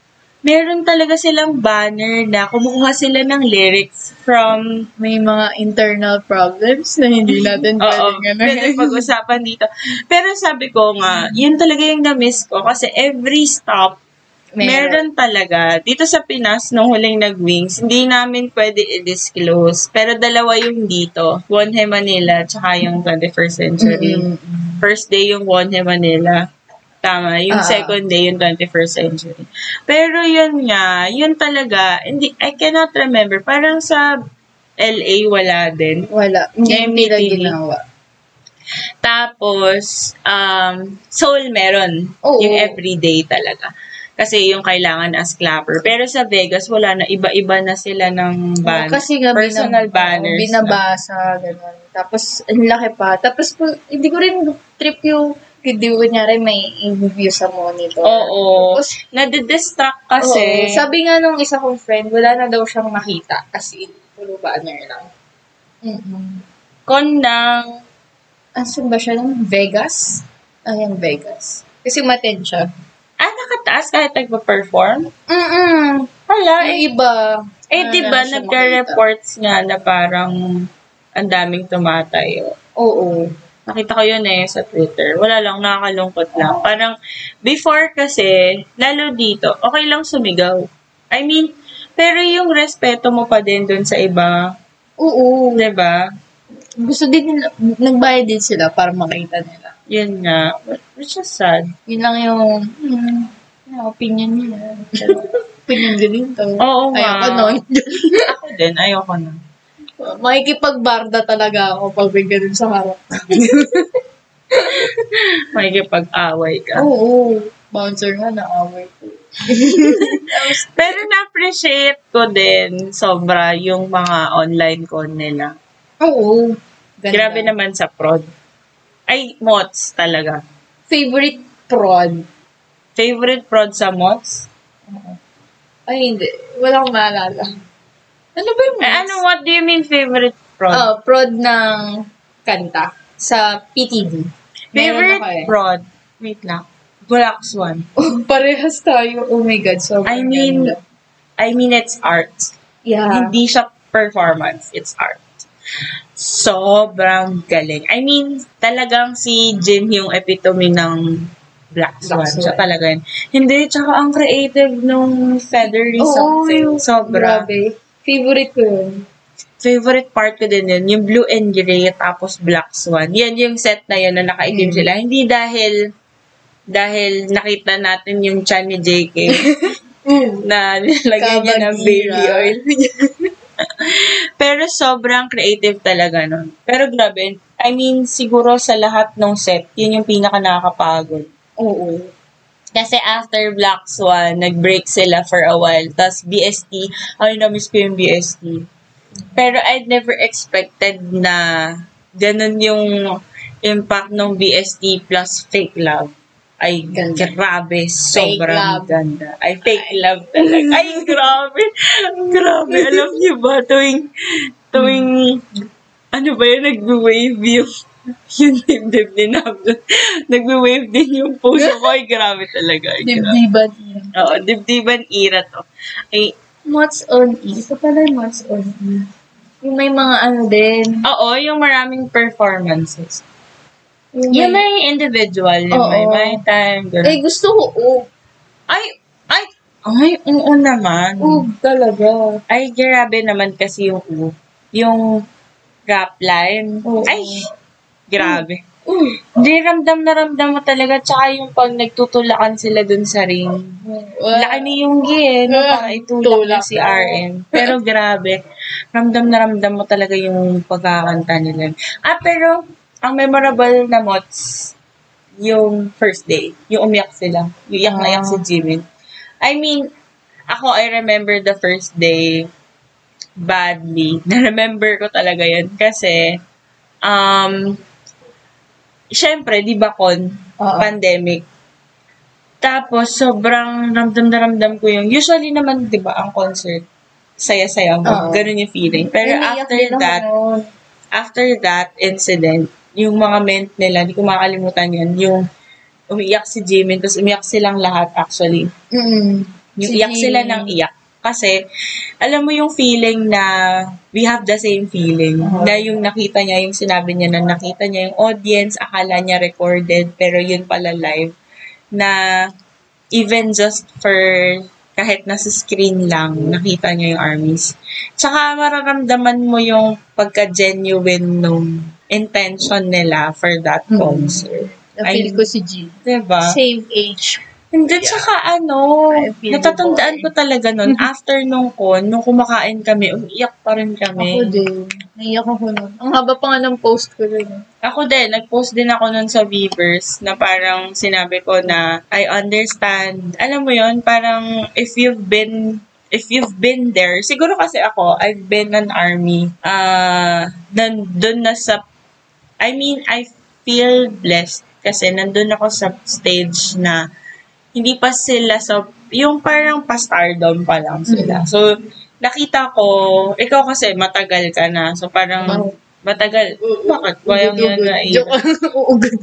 Speaker 1: meron talaga silang banner na kumukuha sila ng lyrics from
Speaker 2: May mga internal problems na hindi natin
Speaker 1: (laughs) Oo,
Speaker 2: pwedeng ano.
Speaker 1: pwede pag-usapan dito. Pero sabi ko nga, yun talaga yung na-miss ko kasi every stop,
Speaker 2: Meron.
Speaker 1: meron talaga. Dito sa Pinas, nung huling nag-wings, hindi namin pwede i-disclose. Pero dalawa yung dito, Wonhe Manila, tsaka yung 21st century.
Speaker 2: Mm-mm.
Speaker 1: First day yung Wonhe Manila. Tama, yung
Speaker 2: Mm-hmm. Ah.
Speaker 1: second day, yung 21st century. Pero yun nga, yun talaga, hindi, I cannot remember. Parang sa LA, wala din.
Speaker 2: Wala. Hindi
Speaker 1: Yung
Speaker 2: nila
Speaker 1: pipili.
Speaker 2: ginawa.
Speaker 1: Tapos, um, soul meron.
Speaker 2: Oo.
Speaker 1: Yung everyday talaga. Kasi yung kailangan as clapper. Pero sa Vegas, wala na. Iba-iba na sila ng
Speaker 2: Oo,
Speaker 1: banner.
Speaker 2: kasi nga,
Speaker 1: personal
Speaker 2: binab-
Speaker 1: banners.
Speaker 2: oo, Binabasa, ganun. Tapos, ang laki pa. Tapos, po, hindi ko rin trip yung, hindi ko kunyari may view sa monitor.
Speaker 1: na. Oo.
Speaker 2: Tapos,
Speaker 1: Nadidistract kasi.
Speaker 2: Oo. sabi nga nung isa kong friend, wala na daw siyang nakita. Kasi, puro banner lang. Mm-hmm.
Speaker 1: kon ng...
Speaker 2: Asan ba siya? Nung Vegas? Ayan, Vegas. Kasi umattend siya.
Speaker 1: Ah, nakataas kahit nagpa-perform?
Speaker 2: Mm-mm.
Speaker 1: Hala,
Speaker 2: Yung
Speaker 1: eh.
Speaker 2: iba.
Speaker 1: Eh,
Speaker 2: wala
Speaker 1: di ba,
Speaker 2: na siya
Speaker 1: nagka-reports nga na parang ang daming oh. tumatayo.
Speaker 2: makita. Oo.
Speaker 1: Nakita ko yun eh sa Twitter. Wala lang, nakakalungkot lang. Parang, before kasi, lalo dito, okay lang sumigaw. I mean, pero yung respeto mo pa din dun sa iba, diba?
Speaker 2: Oo.
Speaker 1: 'di ba?
Speaker 2: Gusto din nila, nagbayad din sila para makita nila.
Speaker 1: Yun nga. Which is sad.
Speaker 2: Yun lang yung, mm, yung opinion nila.
Speaker 1: (laughs)
Speaker 2: opinion ko din to.
Speaker 1: Oo nga.
Speaker 2: Ayoko nun.
Speaker 1: Ako din, ayoko na.
Speaker 2: Makikipagbarda talaga ako pag may ganun sa harap.
Speaker 1: (laughs) Makikipag-away ka.
Speaker 2: Oo. Bouncer nga, naaway ko.
Speaker 1: Pero na-appreciate ko din sobra yung mga online con nila.
Speaker 2: Oo. Ganda.
Speaker 1: Grabe naman sa prod. Ay, mods talaga.
Speaker 2: Favorite prod?
Speaker 1: Favorite prod sa mods?
Speaker 2: Ay, hindi. Wala akong maalala. Ano ba yung
Speaker 1: Eh, ano, what do you mean favorite prod?
Speaker 2: Ah, prod ng kanta sa PTD.
Speaker 1: favorite
Speaker 2: Meron ako
Speaker 1: prod? Wait lang. Bulax one.
Speaker 2: eh. (laughs) Parehas tayo. Oh my God, so
Speaker 1: I mean, I mean, it's art.
Speaker 2: yeah.
Speaker 1: Hindi siya performance. It's art. Sobrang galing. I mean, talagang si Jin yung epitome ng Black Swan.
Speaker 2: Black
Speaker 1: Siya
Speaker 2: Swan.
Speaker 1: talaga yun. Hindi, tsaka ang creative nung feathery something.
Speaker 2: yung-
Speaker 1: Sobra.
Speaker 2: Oh, Grabe. Favorite ko yun.
Speaker 1: favorite part ko din yun, yung blue and gray, tapos black swan. Yan yung set na yun na nakaitim sila. Hindi dahil, dahil nakita natin yung chan ni JK na nilagyan niya ng
Speaker 2: Kabagira.
Speaker 1: baby oil. (laughs) Pero sobrang creative talaga nun. Pero grabe, I mean, siguro sa lahat ng set, yun yung pinaka nakakapagod.
Speaker 2: Oo.
Speaker 1: Kasi after Black Swan, nag-break sila for a while. Tapos BST, ay na-miss ko yung BST. Pero I'd never expected na ganun yung impact ng BST plus fake love. Ay,
Speaker 2: Ganda.
Speaker 1: grabe.
Speaker 2: Fake
Speaker 1: Sobrang
Speaker 2: love.
Speaker 1: ganda. Ay, fake love talaga. Ay,
Speaker 2: (laughs)
Speaker 1: grabe. grabe. Alam niyo ba, tuwing, tuwing, ano ba yun, nag-wave yung, (laughs) yung dibdib ni Nabdon. Nag-wave din yung puso ko. Ay, grabe talaga. Ay, grabe.
Speaker 2: Dibdiban.
Speaker 1: Oo, dibdiban ira to. Ay,
Speaker 3: Mods on E. Ito pala yung Mods on E. Yung may mga ano din.
Speaker 1: Oo, yung maraming performances.
Speaker 3: Yung
Speaker 1: Yung
Speaker 3: may-
Speaker 1: may individual, yung may
Speaker 3: Oo.
Speaker 1: my
Speaker 3: Eh,
Speaker 1: time, ganun.
Speaker 3: gusto ko OOG.
Speaker 1: Ay, ay, ay, oo naman.
Speaker 3: OOG talaga.
Speaker 1: Ay, grabe naman kasi yung U. Yung rap line.
Speaker 3: Oo.
Speaker 1: Ay, grabe.
Speaker 3: Uy.
Speaker 1: Hindi, ramdam na ramdam mo talaga. Tsaka yung pag nagtutulakan sila dun sa ring. Laki ni yung gin.
Speaker 2: Ah,
Speaker 1: Para itulak
Speaker 2: tulak.
Speaker 1: na si RM. Pero grabe. Ramdam na ramdam mo talaga yung pagkakanta nila. Ah, pero ang memorable na mots, yung first day. Yung umiyak sila. Yung iyak na iyak
Speaker 2: Ah.
Speaker 1: si Jimin. I mean, ako, I remember the first day badly. (laughs) Na-remember ko talaga yun kasi, um, syempre, di ba kon,
Speaker 3: Oo.
Speaker 1: pandemic. Tapos, sobrang ramdam na ramdam ko yung, usually naman, di ba, ang concert, saya-saya mo.
Speaker 3: Oo.
Speaker 1: Ganun yung feeling. Pero
Speaker 3: Umiiyak
Speaker 1: after
Speaker 3: din ako
Speaker 1: that,
Speaker 3: noon.
Speaker 1: after that incident, yung mga ment nila, di ko makalimutan yun, yung umiiyak si Jimin, tapos umiyak silang lahat actually.
Speaker 3: Mm.
Speaker 1: Yung
Speaker 3: Si
Speaker 1: iyak sila ng iyak. Kasi, alam mo yung feeling na we have the same feeling. Na yung nakita niya, yung sinabi niya na nakita niya yung audience, akala niya recorded, pero yun pala live. Na even just for kahit nasa screen lang, nakita niya yung armies. Tsaka mararamdaman mo yung pagka-genuine nung intention nila for that concert.
Speaker 2: Na-feel
Speaker 1: Ay.
Speaker 2: ko si Jill.
Speaker 1: Diba?
Speaker 3: Same age.
Speaker 1: Hindi, tsaka ano,
Speaker 2: I feel you,
Speaker 1: natatandaan
Speaker 2: boy. Mm-hmm.
Speaker 1: ko talaga nun, after nung con, nung kumakain kami, umiiyak pa rin
Speaker 2: Ako
Speaker 1: kami.
Speaker 2: din. Naiyak ako nun. Ang haba pa nga ng post ko rin.
Speaker 3: eh.
Speaker 1: Ako din, nag-post din ako nun sa Weavers na parang sinabi ko na, I understand. Alam mo yon parang if you've been if you've been there, siguro kasi ako, I've been an army. Ah, nandun na sa, I mean, I feel blessed kasi nandun ako sa stage na hindi pa sila sa, yung parang pastardom pa lang sila. So, nakita ko, ikaw kasi matagal ka na, so
Speaker 3: Mm.
Speaker 1: parang
Speaker 2: Wow.
Speaker 1: matagal, bakit? Walang yun na
Speaker 2: Joke.
Speaker 3: (laughs)
Speaker 2: Uugod.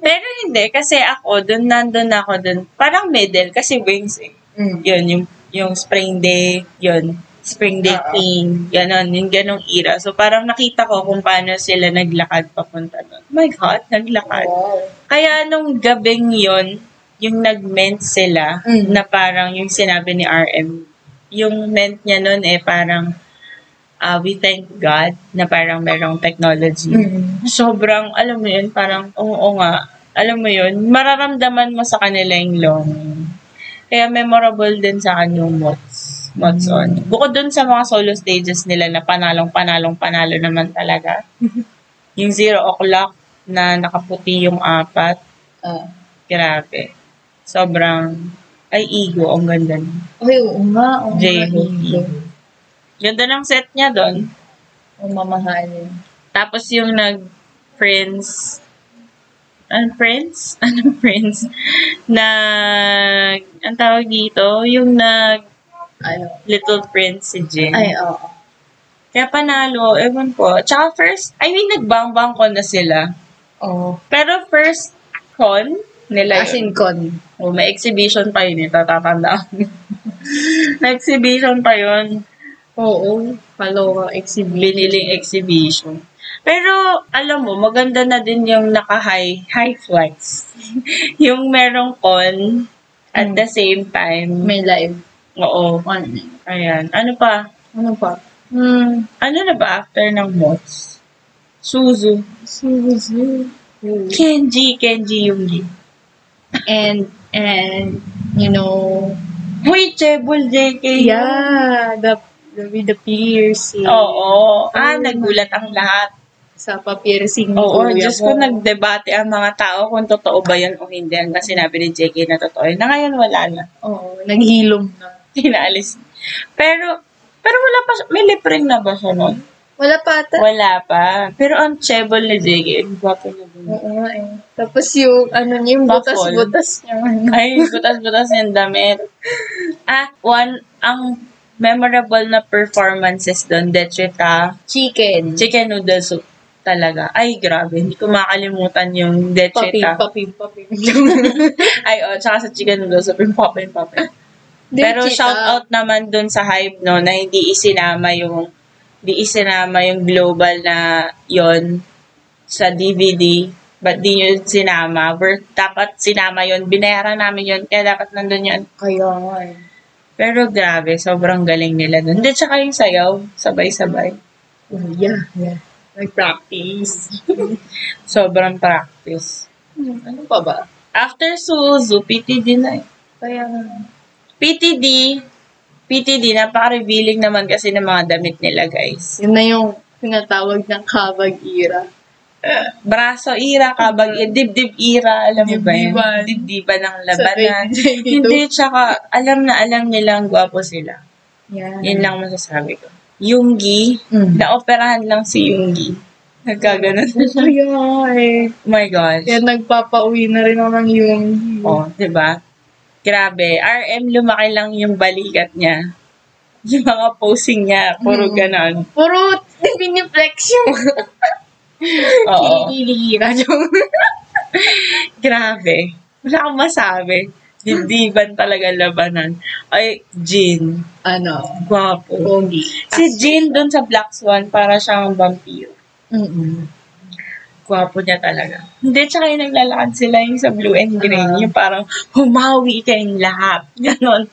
Speaker 1: Pero hindi, kasi ako, dun nandun ako dun, parang middle, kasi wings eh.
Speaker 3: Mm.
Speaker 1: Yun, yung, yung spring day, yun, spring day
Speaker 3: Ah,
Speaker 1: queen, ganon, yung ganong era. So parang nakita ko kung paano sila naglakad papunta doon. my God, naglakad.
Speaker 3: Wow.
Speaker 1: Kaya nung gabing yon yung nag-ment sila,
Speaker 3: Mm.
Speaker 1: na parang yung sinabi ni RM, yung ment niya nun eh parang, ah, we thank God na parang merong technology.
Speaker 3: Mm.
Speaker 1: Sobrang, alam mo yun, parang, oo nga, alam mo yun, mararamdaman mo sa kanila yung longing. Kaya memorable din sa akin yung Mots. Mots on. Bukod dun sa mga solo stages nila na panalong, panalong, panalo naman talaga. yung Zero O'Clock na nakaputi yung apat.
Speaker 3: Ah.
Speaker 1: Grabe. Sobrang, ay, ego. Ang ganda. niya.
Speaker 3: Ay, oo nga. Oo nga.
Speaker 1: J-Hope.
Speaker 3: Mm-hmm.
Speaker 1: Ganda ng set niya doon.
Speaker 3: Ang mamahalin.
Speaker 1: Tapos yung nag-friends, ang friends? (laughs) Anong friends? Nag, ang tawag dito, yung nag
Speaker 3: Ay,
Speaker 1: Little Prince si Jin.
Speaker 3: ay, oo.
Speaker 1: Kaya panalo, ewan ko. Tsaka first, I mean, nagbang-bang ko na sila.
Speaker 3: Oo.
Speaker 1: Pero first con nila
Speaker 3: As
Speaker 1: yun.
Speaker 3: in con.
Speaker 1: Oh, may exhibition pa yun eh, tatatandaan. (laughs) may exhibition pa yun.
Speaker 3: Oo. Palowa exhibit.
Speaker 1: biniling exhibition. Pero, alam mo, maganda na din yung naka-high high flights. (laughs) yung merong con at the same time.
Speaker 3: May live.
Speaker 1: Oo.
Speaker 3: Online.
Speaker 1: Ayan. Ano pa?
Speaker 3: Ano pa?
Speaker 1: Hmm, ano na ba after ng Mots? Suzu.
Speaker 3: Suzu.
Speaker 1: Kenji, Kenji Yungi.
Speaker 3: And, and, you know,
Speaker 1: Uy, Chebol JK.
Speaker 3: yeah, the, the, with the piercing.
Speaker 1: Oo. Ah, nagulat ang lahat.
Speaker 3: Sa pa-piercing.
Speaker 1: Oo,
Speaker 3: kuya
Speaker 1: Diyos ko, nagdebate ang mga tao kung totoo ba yun o hindi. Ang sinabi ni JK na totoo yun. Na ngayon, wala na.
Speaker 3: Oo, naghilom na.
Speaker 1: (laughs) Inaalis. Pero, pero wala pa, siya- may lip ring na ba siya nun?
Speaker 3: Wala pa ata.
Speaker 1: Wala pa. Pero ang chebol ni JG, ang gwapo niya dun.
Speaker 3: Oo nga eh. Tapos yung, ano niya, yung
Speaker 1: Buffalo. Ah,
Speaker 3: butas-butas niya. ano.
Speaker 1: Ay, butas-butas yung damit. Ah, one, ang memorable na performances doon, Decheta,
Speaker 3: Chicken.
Speaker 1: chicken noodle soup talaga. Ay, grabe, hindi ko makalimutan
Speaker 3: Papim,
Speaker 1: yung Decheta.
Speaker 3: (laughs) papim, papim.
Speaker 1: Ay, oh, tsaka sa chicken noodle soup, yung popin, popin. Pero
Speaker 2: kita.
Speaker 1: shout out naman dun sa hype no na hindi isinama yung hindi isinama yung global na yon sa DVD but di yun sinama. Worth, dapat sinama yun. Binayaran namin yun. Kaya dapat nandun yun.
Speaker 3: Kaya nga eh.
Speaker 1: Pero grabe, sobrang galing nila dun. Hindi, tsaka yung sayaw. Sabay-sabay.
Speaker 2: Oh, yeah, yeah. Nag-practice.
Speaker 1: Sobrang practice.
Speaker 2: Hmm, ano pa ba?
Speaker 1: After Suzu, PTD na eh.
Speaker 3: Kaya nga.
Speaker 1: PTD, PTD, napaka-revealing naman kasi ng mga damit nila, guys.
Speaker 2: Yun na yung tinatawag ng kabag era.
Speaker 1: Braso ira, kabag ira, dibdib ira, alam mo ba yun?
Speaker 2: Mm-hmm. Dibdiban.
Speaker 1: Dibdiban ng labanan.
Speaker 2: (laughs) Sa 2022.
Speaker 1: Hindi, tsaka alam na alam nilang gwapo sila.
Speaker 3: Yan.
Speaker 1: Yan lang masasabi ko. Yunggi,
Speaker 3: Mm.
Speaker 1: naoperahan lang si Yunggi.
Speaker 2: (laughs)
Speaker 1: Nagkaganon.
Speaker 2: Kaya
Speaker 1: oh
Speaker 2: eh.
Speaker 1: my gosh.
Speaker 2: Kaya nagpapauwi na rin ako ng yung...
Speaker 1: Oh, 'di ba? Grabe. RM lumaki lang yung balikat niya. (laughs) Yung mga posing niya, puro
Speaker 2: Mm-hmm. (laughs)
Speaker 1: ganon.
Speaker 2: Puro piniplex yung
Speaker 1: Oo.
Speaker 2: kilihira.
Speaker 3: (laughs)
Speaker 1: Grabe. Wala akong masabi. Didiban talaga labanan. Ay, Jin.
Speaker 2: ano?
Speaker 1: Gwapo.
Speaker 2: Pogi.
Speaker 1: Si Jin dun sa Black Swan, para siyang vampiro.
Speaker 2: Mm-mm.
Speaker 1: Gwapo niya talaga. Hindi, tsaka yung naglalakad sila yung sa blue and green.
Speaker 2: Ah.
Speaker 1: Yung parang humawi kayong lahat. (laughs) Ganon.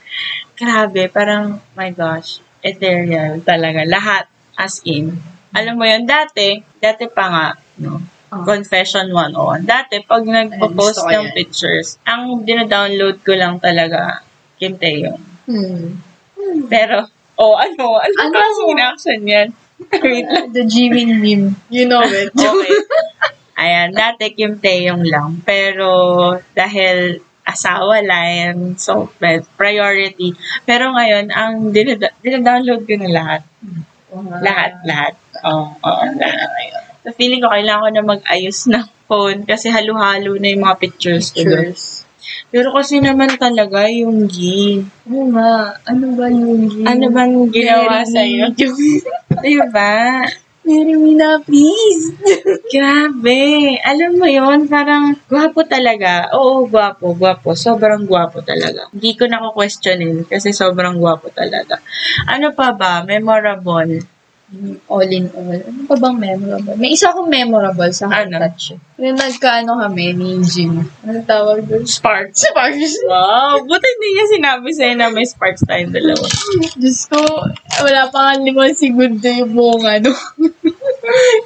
Speaker 1: Grabe. Parang, my gosh. Ethereal talaga. Lahat. As in. Alam mo yun, dati, dati pa nga, no?
Speaker 3: Ah.
Speaker 1: Confession 101. Dati, pag nagpo-post
Speaker 2: gusto ko
Speaker 1: ng
Speaker 2: yan.
Speaker 1: pictures, ang dinadownload ko lang talaga, Kim Taeyong.
Speaker 2: Hmm.
Speaker 1: Pero, oh, ano? Ano,
Speaker 3: Ano?
Speaker 1: ano? klaseng reaction
Speaker 2: (laughs)
Speaker 1: yan? Wait lang.
Speaker 3: (laughs) The Jimin meme.
Speaker 2: You know it.
Speaker 1: Okay. (laughs) Ayan, dati Kim Taeyong lang. Pero dahil asawa lang, so pe- priority. Pero ngayon, ang dinada- dinadownload ko na lahat. Lahat, lahat. Oo, oo, lahat. So feeling ko kailangan ko na mag-ayos ng phone kasi halo-halo na yung mga pictures, ko doon.
Speaker 2: Pictures.
Speaker 1: Pero kasi naman talaga yung G.
Speaker 3: Oo nga. Ano ba yung
Speaker 1: Ano bang
Speaker 3: Very
Speaker 1: ginawa
Speaker 3: (laughs)
Speaker 1: sa'yo? diba?
Speaker 3: Marry me na, please. (laughs)
Speaker 1: Grabe. Alam mo yon parang gwapo talaga. Oo, gwapo, gwapo. Sobrang gwapo talaga. Hindi ko na questionin kasi sobrang gwapo talaga. Ano pa ba? Memorable.
Speaker 3: all in all. Ano pa bang memorable? May isa akong memorable sa
Speaker 1: Ano?
Speaker 3: Hantachi. Yung nagkaano kami ni Jim. Anong tawag doon?
Speaker 1: Sparks.
Speaker 2: Sparks.
Speaker 1: Wow, buti hindi niya sinabi sa'yo na may sparks tayong dalawa.
Speaker 2: Diyos ko, wala pa nga limang segundo yung bunga
Speaker 3: (laughs)
Speaker 2: no?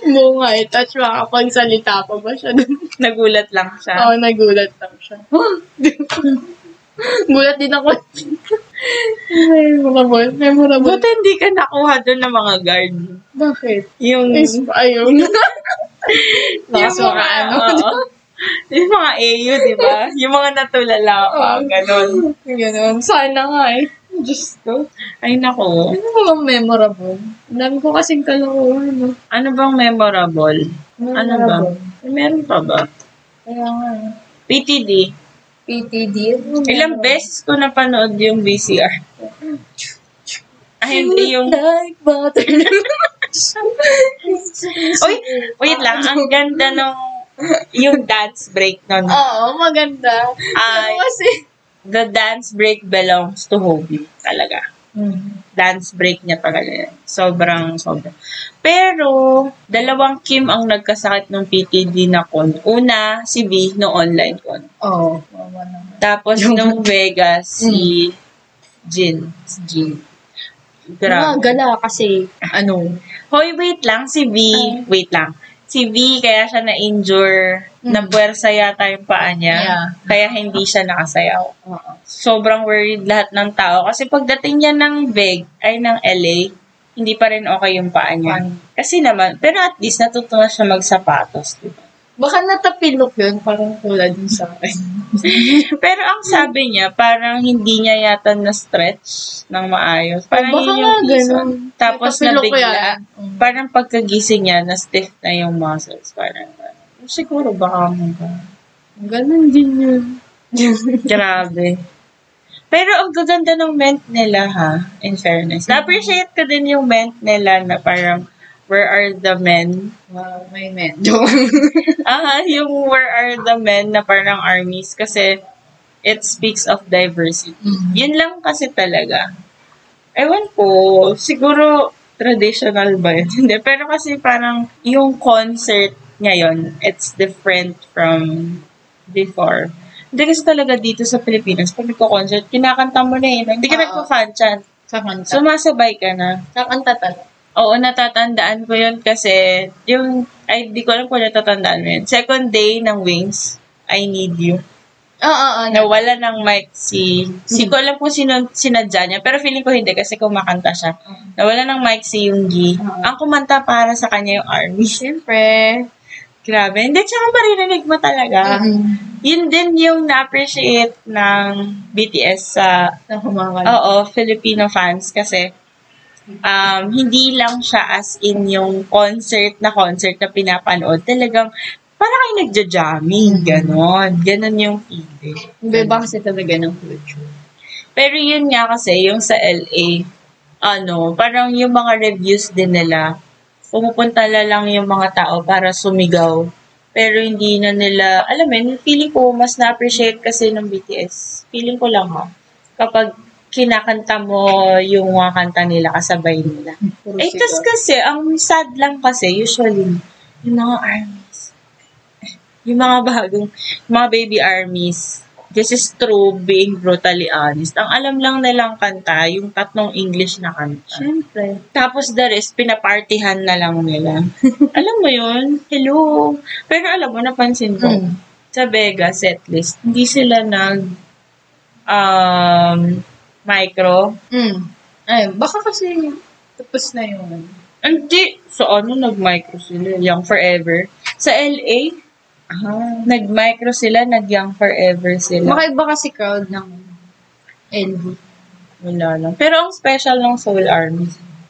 Speaker 2: bunga eh. Touch makapagsalita pa ba siya doon?
Speaker 1: Nagulat lang siya.
Speaker 2: Oo, nagulat lang siya. (laughs) Gulat din ako. Ay, memorable. Memorable.
Speaker 1: Buti hindi ka nakuha doon ng mga guard.
Speaker 2: Bakit?
Speaker 1: Yung,
Speaker 2: Is, ayun. (laughs) Kaso
Speaker 1: mga,
Speaker 2: ka ano.
Speaker 1: oo. yung mga AU, di ba? Yung mga natulala ka,
Speaker 2: Oo.
Speaker 1: ganun.
Speaker 2: Ganun. Sana nga eh. Diyos ko.
Speaker 1: Ay, nako.
Speaker 2: Ano ba bang memorable? Ang dami ko kasing kalokohan. No?
Speaker 1: Ano bang memorable? Ano ba?
Speaker 3: Memorable.
Speaker 1: Meron pa ba?
Speaker 3: Kaya nga. eh.
Speaker 1: PTD.
Speaker 3: PTD.
Speaker 2: Ano?
Speaker 1: Ilang beses ko napanood yung VCR. Ay, Ah, hindi yung...
Speaker 3: Like butter.
Speaker 1: (laughs) Uy, wait lang. Ang ganda nung... Yung dance break nun.
Speaker 2: Oo, maganda.
Speaker 1: Ay.
Speaker 2: Ano kasi,
Speaker 1: The dance break belongs to Hobie. Talaga. Dance break niya talaga yan. Sobrang, sobrang. Pero, dalawang Kim ang nagkasakit ng PTD na con. Una, si V, no online con.
Speaker 3: Oo. Wawa naman.
Speaker 1: Tapos, nung
Speaker 3: Mm.
Speaker 1: Vegas, si Jin. Si Jin.
Speaker 3: Mga
Speaker 1: Grabe.
Speaker 3: gala kasi. Ano?
Speaker 1: Hoy, wait lang. Si V,
Speaker 3: Ah.
Speaker 1: wait lang. Si V, kaya siya na-injure.
Speaker 3: Mm.
Speaker 1: Napuwersa yata yung paa niya.
Speaker 2: Yeah.
Speaker 1: Kaya hindi siya nakasayaw.
Speaker 3: Oo.
Speaker 1: Sobrang worried lahat ng tao. Kasi pagdating niya ng Veg, ay ng LA, hindi pa rin okay yung paa niya.
Speaker 3: Fine.
Speaker 1: Kasi naman, pero at least natutunan siya magsapatos. Diba?
Speaker 2: baka natapilok yun, parang tulad din sa akin.
Speaker 1: (laughs) Pero ang sabi niya, parang hindi niya yata na-stretch ng maayos. Parang
Speaker 2: baka
Speaker 1: yun yung
Speaker 2: nga
Speaker 1: reason.
Speaker 2: ganun.
Speaker 1: Tapos
Speaker 2: Napapilok ko
Speaker 1: nabigla. Parang pagkagising niya, na-stiff na yung muscles. Parang, parang, siguro baka mo
Speaker 2: (laughs)
Speaker 1: ba.
Speaker 2: Ganun din yun.
Speaker 1: Grabe. Pero ang gaganda ng ment nila ha, in fairness. Na-appreciate ko din yung ment nila na parang, where are the men?
Speaker 2: Wow, may
Speaker 1: (laughs)
Speaker 2: men.
Speaker 1: Ah, yung where are the men na parang armies kasi it speaks of diversity.
Speaker 2: Mhm.
Speaker 1: Yun lang kasi talaga. Ewan ko, siguro traditional ba yun? (laughs) Hindi. Pero kasi parang yung concert ngayon, it's different from before. Hindi kasi talaga dito sa Pilipinas, pag nagko-concert, kinakanta mo na eh. no? Hindi ka
Speaker 2: Oo.
Speaker 1: nagpa-fan chant.
Speaker 2: Sa kanta.
Speaker 1: Sumasabay ka na.
Speaker 2: sa kanta talaga.
Speaker 1: Oo, natatandaan ko yun kasi yung, ay, di ko alam kung natatandaan mo yun. Second day ng Wings, I Need You.
Speaker 2: Oo, oo, oo.
Speaker 1: Nawala ng mic si, si ko alam kung sino, sinadya niya, pero feeling ko hindi kasi kumakanta siya. Nawala ng mic si Yunggi. Ang kumanta para sa kanya yung Army. (laughs)
Speaker 2: Siyempre.
Speaker 1: Grabe. Hindi, tsaka maririnig mo talaga.
Speaker 2: Mhm.
Speaker 1: Yun din yung na-appreciate ng BTS sa
Speaker 2: Na kumakanta.
Speaker 1: Oo, Filipino fans kasi um, hindi lang siya as in yung concert na concert na pinapanood. Talagang parang kayo nagja-jamming, ganon. Ganon yung feeling.
Speaker 2: Hindi ba kasi talaga ng future?
Speaker 1: Pero yun nga kasi, yung sa LA, ano, parang yung mga reviews din nila, pumupunta na lang yung mga tao para sumigaw. Pero hindi na nila, alam mo yun, feeling ko mas na-appreciate kasi ng BTS. Feeling ko lang ha, kapag kinakanta mo yung mga kanta nila kasabay nila.
Speaker 2: Puro
Speaker 1: Eh, tas
Speaker 2: sigaw.
Speaker 1: kasi, ang sad lang kasi, usually, yung mga armies, (laughs) yung mga bagong, yung mga baby armies, this is true being brutally honest. Ang alam lang nilang kanta, yung tatlong English na kanta.
Speaker 2: Siyempre.
Speaker 1: Tapos the rest, pinapartihan na lang nila. (laughs) alam mo yun? Hello! Pero alam mo, napansin ko,
Speaker 2: Mm.
Speaker 1: sa Vega setlist, hindi sila nag um, micro.
Speaker 2: Mm. Ay, baka kasi tapos na yun.
Speaker 1: Hindi. So, ano, nag-micro sila, Young Forever. Sa LA, nag-micro sila, nag-Young Forever sila.
Speaker 2: Makaiba kasi crowd ng envy.
Speaker 1: Wala lang. Pero ang special ng Soul Army,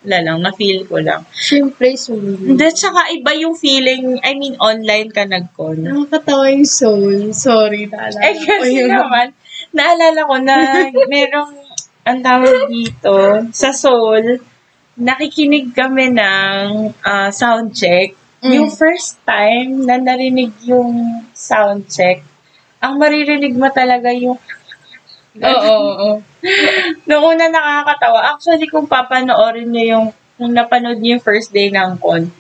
Speaker 1: wala lang, na-feel ko lang.
Speaker 2: Siyempre, soul.
Speaker 1: Hindi, tsaka iba yung feeling, I mean, online ka nag-con.
Speaker 2: Nakakatawa yung soul. Sorry, naalala.
Speaker 1: Eh,
Speaker 2: ko
Speaker 1: kasi
Speaker 2: yun.
Speaker 1: naman, naalala ko na merong, ang tawag dito, sa Soul, nakikinig kami ng ah, sound check.
Speaker 2: Mm.
Speaker 1: Yung first time na narinig yung sound check, ang maririnig mo talaga yung (laughs)
Speaker 2: Oo, oo, oo.
Speaker 1: Nung una nakakatawa, actually kung papanoorin niyo yung, kung napanood niyo yung first day ng con,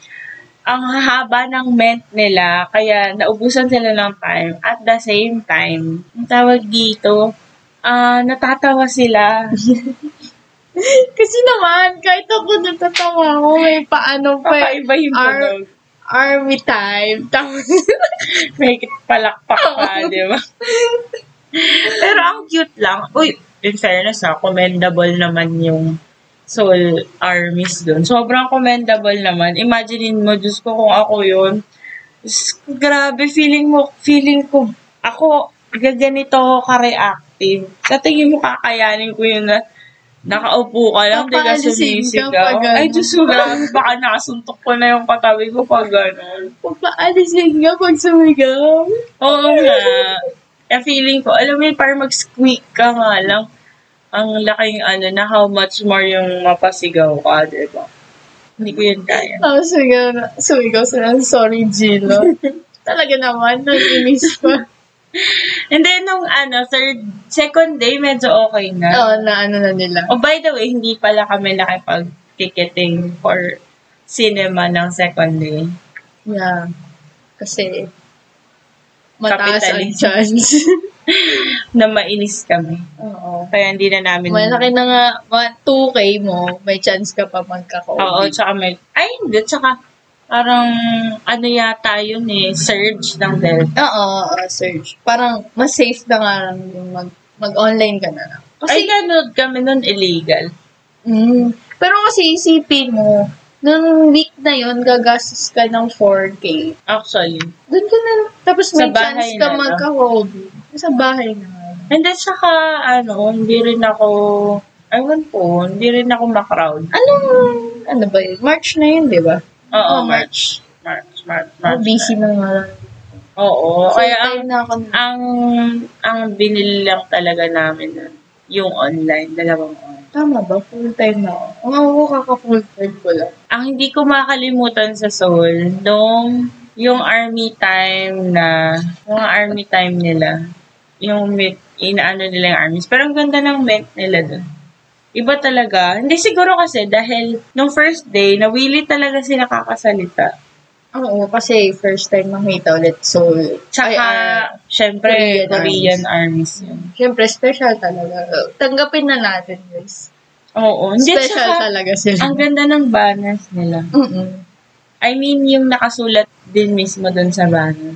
Speaker 1: ang haba ng ment nila, kaya naubusan sila ng time. At the same time, ang tawag dito, ah natatawa sila.
Speaker 2: Kasi naman, kahit ako natatawa ko, may paano pa
Speaker 1: Papaiba yung
Speaker 2: Ar-
Speaker 1: tunog.
Speaker 2: army time. Tapos,
Speaker 1: (laughs) May palakpak pa, di ba? (laughs) Pero ang cute lang. Uy, in fairness ha, commendable naman yung Soul Armies doon. Sobrang commendable naman. Imaginein mo, Diyos ko, kung ako yun. Diyos ko, grabe, feeling mo, feeling ko, ako, gaganito ako ka-reactive. Sa tingin mo, kakayanin ko yun na nakaupo ka lang, di ka
Speaker 2: Papaalisin ka pag
Speaker 1: sumisigaw.
Speaker 2: ganun.
Speaker 1: Ay, Diyos ko, grabe, baka nakasuntok ko na yung katabi ko pag gano'n.
Speaker 2: papaalisin nga pag sumigaw.
Speaker 1: Oo nga. Eh, feeling ko, alam mo yun, parang mag-squeak ka nga lang. Ang laking ano na how much more yung mapasigaw ka, di ba? Hindi ko yun kaya.
Speaker 2: Tapos sumigaw, na, sumigaw sila, sorry,
Speaker 1: (laughs)
Speaker 2: Gilo. Talaga naman, nag-inis pa.
Speaker 1: And then, nung ano, third, second day, medyo okay
Speaker 2: Oo,
Speaker 1: na.
Speaker 2: na ano na nila.
Speaker 1: Oh, by the way, hindi pala kami nakipag-ticketing for cinema ng second day.
Speaker 2: Yeah. Kasi, mataas ang
Speaker 1: Capitalism. (laughs)
Speaker 2: chance.
Speaker 1: Na mainis kami.
Speaker 2: Oo.
Speaker 1: Kaya hindi na namin...
Speaker 2: Malaki na nga, mga 2K mo, may chance ka pa magka-COVID.
Speaker 1: Oo, tsaka may... Ay, hindi. Tsaka parang ano yata yun eh, surge ng Delta.
Speaker 2: Oo, oo, search. Parang, mas safe na nga lang yung mag, mag-online ka na lang.
Speaker 1: Kasi
Speaker 2: Kasi,
Speaker 1: nanood kami nun illegal.
Speaker 2: mm, pero kasi isipin mo, nung week na yon gagastos ka ng 4K.
Speaker 1: Actually.
Speaker 2: Doon ka na, tapos may
Speaker 1: Sa bahay
Speaker 2: chance ka
Speaker 1: na lang.
Speaker 2: magka-COVID. Sa bahay na nga.
Speaker 1: And then, saka, ano, hindi rin ako, ayun po, hindi rin ako makrowd.
Speaker 2: Anong, ano ba yun? March na yun, di ba?
Speaker 1: Oo,
Speaker 2: Oh,
Speaker 1: March. March, March, March.
Speaker 2: Oh, busy na nga lang.
Speaker 1: Oo.
Speaker 2: Full
Speaker 1: Kaya, ang,
Speaker 2: time na ako.
Speaker 1: ang, ang binili lang talaga namin nun, yung online, dalawang online.
Speaker 2: Tama ba? Full time na ako. Ang ako kaka-full time ko lang.
Speaker 1: Ang hindi ko makalimutan sa Seoul, nung yung army time na, yung army time nila, yung mint, inaano nila yung armies. Pero ang ganda ng mint nila dun. Iba talaga. Hindi siguro kasi dahil nung first day, nawili talaga sila kakasalita.
Speaker 3: Oo, kasi first time makita ulit. So,
Speaker 1: Tsaka,
Speaker 3: ah,
Speaker 1: syempre,
Speaker 3: Korean
Speaker 1: Korean armies yun.
Speaker 3: syempre, special talaga. Tanggapin na natin, guys.
Speaker 1: Oo. Hindi,
Speaker 3: Special
Speaker 1: tsaka,
Speaker 3: talaga sila.
Speaker 1: ang ganda ng banners nila.
Speaker 3: Mm-mm.
Speaker 1: I mean, yung nakasulat din mismo dun sa banner.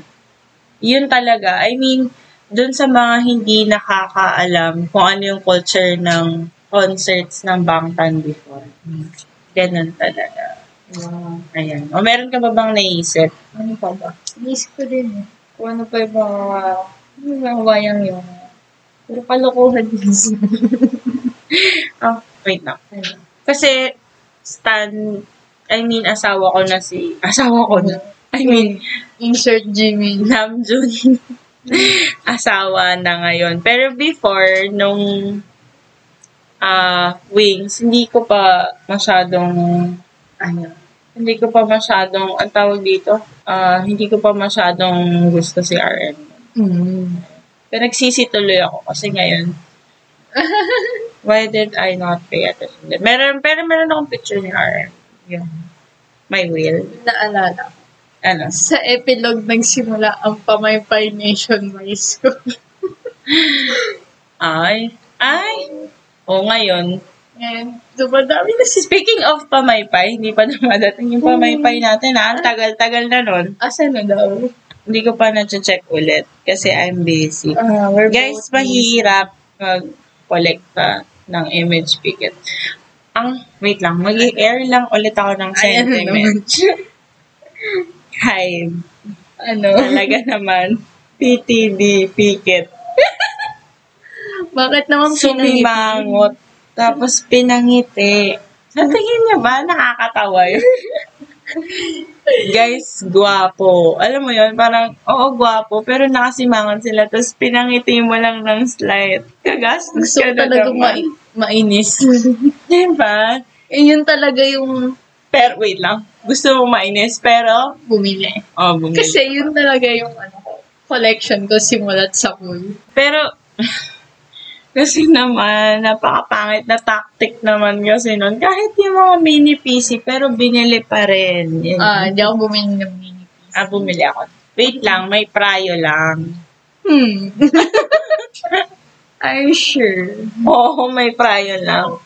Speaker 1: Yun talaga. I mean, dun sa mga hindi nakakaalam kung ano yung culture ng concerts ng Bangtan before. Ganun talaga.
Speaker 3: Wow.
Speaker 1: Ayan. O meron ka ba bang naisip?
Speaker 3: Ano pa ba? Inisip ko din eh. Kung ano pa yung mga, ano yung mga wayang yun. Pero kalokohan din sila.
Speaker 1: Oh, wait na. Kasi, Stan, I mean, asawa ko na si, (laughs) asawa ko na. I mean,
Speaker 2: Insert Jimmy.
Speaker 1: Namjoon (laughs) asawa na ngayon. Pero before, nung ah Wings, hindi ko pa masyadong, ano, hindi ko pa masyadong, ang tawag dito, ah, hindi ko pa masyadong gusto si RM.
Speaker 3: Mm-hmm.
Speaker 2: Mm.
Speaker 1: Pero nagsisituloy ako kasi ngayon, why did I not pay attention? Meron, pero meron akong picture ni RM. Yun. My will.
Speaker 2: Naalala. ko.
Speaker 1: Ano?
Speaker 2: Sa epilogue nagsimula ang Pamaypay Nation My School. (laughs)
Speaker 1: Ay. Ay. O ngayon,
Speaker 2: Ngayon, dumadami na si...
Speaker 1: (laughs) Speaking of pamaypay, hindi pa (laughs) dumadating yung
Speaker 2: Hmm.
Speaker 1: pamaypay natin ha. Ang tagal-tagal na nun.
Speaker 2: Asa na daw?
Speaker 1: Hindi ko pa na-check ulit
Speaker 2: Hmm.
Speaker 1: kasi I'm busy.
Speaker 2: Ah, we're
Speaker 1: Guys,
Speaker 2: both busy.
Speaker 1: mahirap mag-collecta ng image picket. Ang, wait lang, mag-air lang ulit ako ng
Speaker 2: Ayan
Speaker 3: (laughs)
Speaker 2: na naman.
Speaker 1: sentiment. Hi,
Speaker 2: ano?
Speaker 1: talaga (laughs) naman. PTD picket.
Speaker 2: Bakit naman
Speaker 1: Sumimangot. Tapos pinangiti. Sa tingin niya ba, nakakatawa yun? (laughs) Guys, guwapo. Alam mo yun, parang, oo, guwapo, pero nakasimangon sila, tapos pinangiti mo lang ng slight. Kagastos
Speaker 2: Gusto
Speaker 1: ka
Speaker 2: ko
Speaker 1: na
Speaker 2: talaga
Speaker 1: naman.
Speaker 2: mai- (laughs) mainis.
Speaker 1: Diba?
Speaker 2: Eh, yun talaga yung
Speaker 1: Pero, wait lang. Gusto mo mainis, pero,
Speaker 2: bumili.
Speaker 1: oh, bumili.
Speaker 2: Kasi yun talaga yung ano, ko, collection ko simulat sa pool.
Speaker 1: Pero, (laughs) kasi naman, napakapangit na tactic naman kasi nun. Kahit yung mga mini PC, pero binili pa rin. Yun.
Speaker 2: Ah, hindi ako bumili ng mini piece.
Speaker 1: ah, bumili ako. Wait lang, may prayo lang. (laughs)
Speaker 2: (laughs) Hmm. I'm sure.
Speaker 1: Oo, may prayo lang.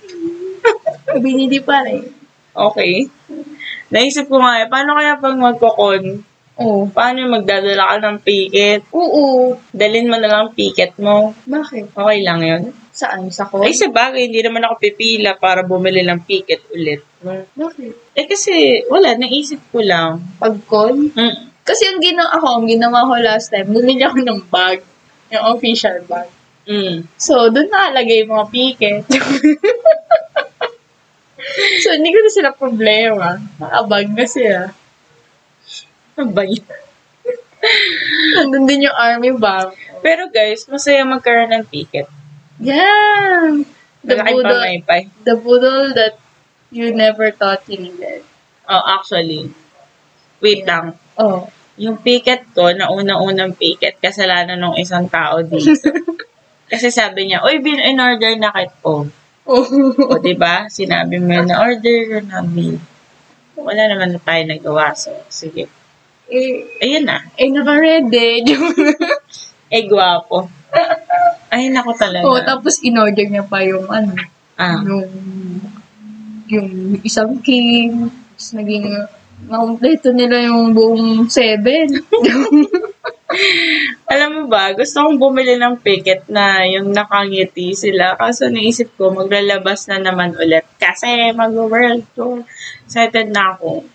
Speaker 2: Binili pa rin.
Speaker 1: Okay. Naisip ko nga, eh, paano kaya pag magkukon?
Speaker 2: Oh.
Speaker 1: Paano yung magdadala ka ng piket?
Speaker 2: Oo.
Speaker 1: Dalin mo na lang piket mo.
Speaker 2: Bakit?
Speaker 1: Okay lang yun.
Speaker 2: Saan? Sa ko?
Speaker 1: Ay, sa bagay, hindi naman ako pipila para bumili ng piket ulit. Hmm.
Speaker 2: Bakit?
Speaker 1: Eh kasi, wala, naisip ko lang.
Speaker 2: Pag-call?
Speaker 1: Mm.
Speaker 2: Kasi ang ginawa ako, ang ginawa ko last time, bumili ako ng bag. Yung official bag.
Speaker 1: Mm.
Speaker 2: So, doon nakalagay yung mga piket. (laughs) so, hindi ko na sila problema. Nakabag na sila.
Speaker 1: Ano ba yun?
Speaker 2: Nandun din yung army bag.
Speaker 1: Pero guys, masaya magkaroon ng piket.
Speaker 2: Yeah! The
Speaker 1: Malaki pa
Speaker 2: budol,
Speaker 1: may pay.
Speaker 2: the budol that you never thought you needed.
Speaker 1: Oh, actually. Wait lang.
Speaker 2: Oh. (laughs)
Speaker 1: yung picket ko, na unang-unang picket, kasalanan ng isang tao
Speaker 2: (laughs)
Speaker 1: dito. Kasi sabi niya, uy, bin in order na kit po.
Speaker 2: Oh.
Speaker 1: O, di ba? Sinabi mo yun, na order na namin. Wala naman na tayo nagawa. So, sige.
Speaker 2: eh,
Speaker 1: Ayun na.
Speaker 2: eh, naka-ready. (laughs)
Speaker 1: Eh, gwapo. Ay, naku talaga.
Speaker 2: oh, tapos in-order niya pa yung ano,
Speaker 1: ah,
Speaker 2: yung yung isang king. Tapos naging, nakompleto nila yung buong seven.
Speaker 1: alam mo ba, gusto kong bumili ng picket na yung nakangiti sila. Kaso naisip ko, maglalabas na naman ulit. Kasi mag-world tour. Excited na ako.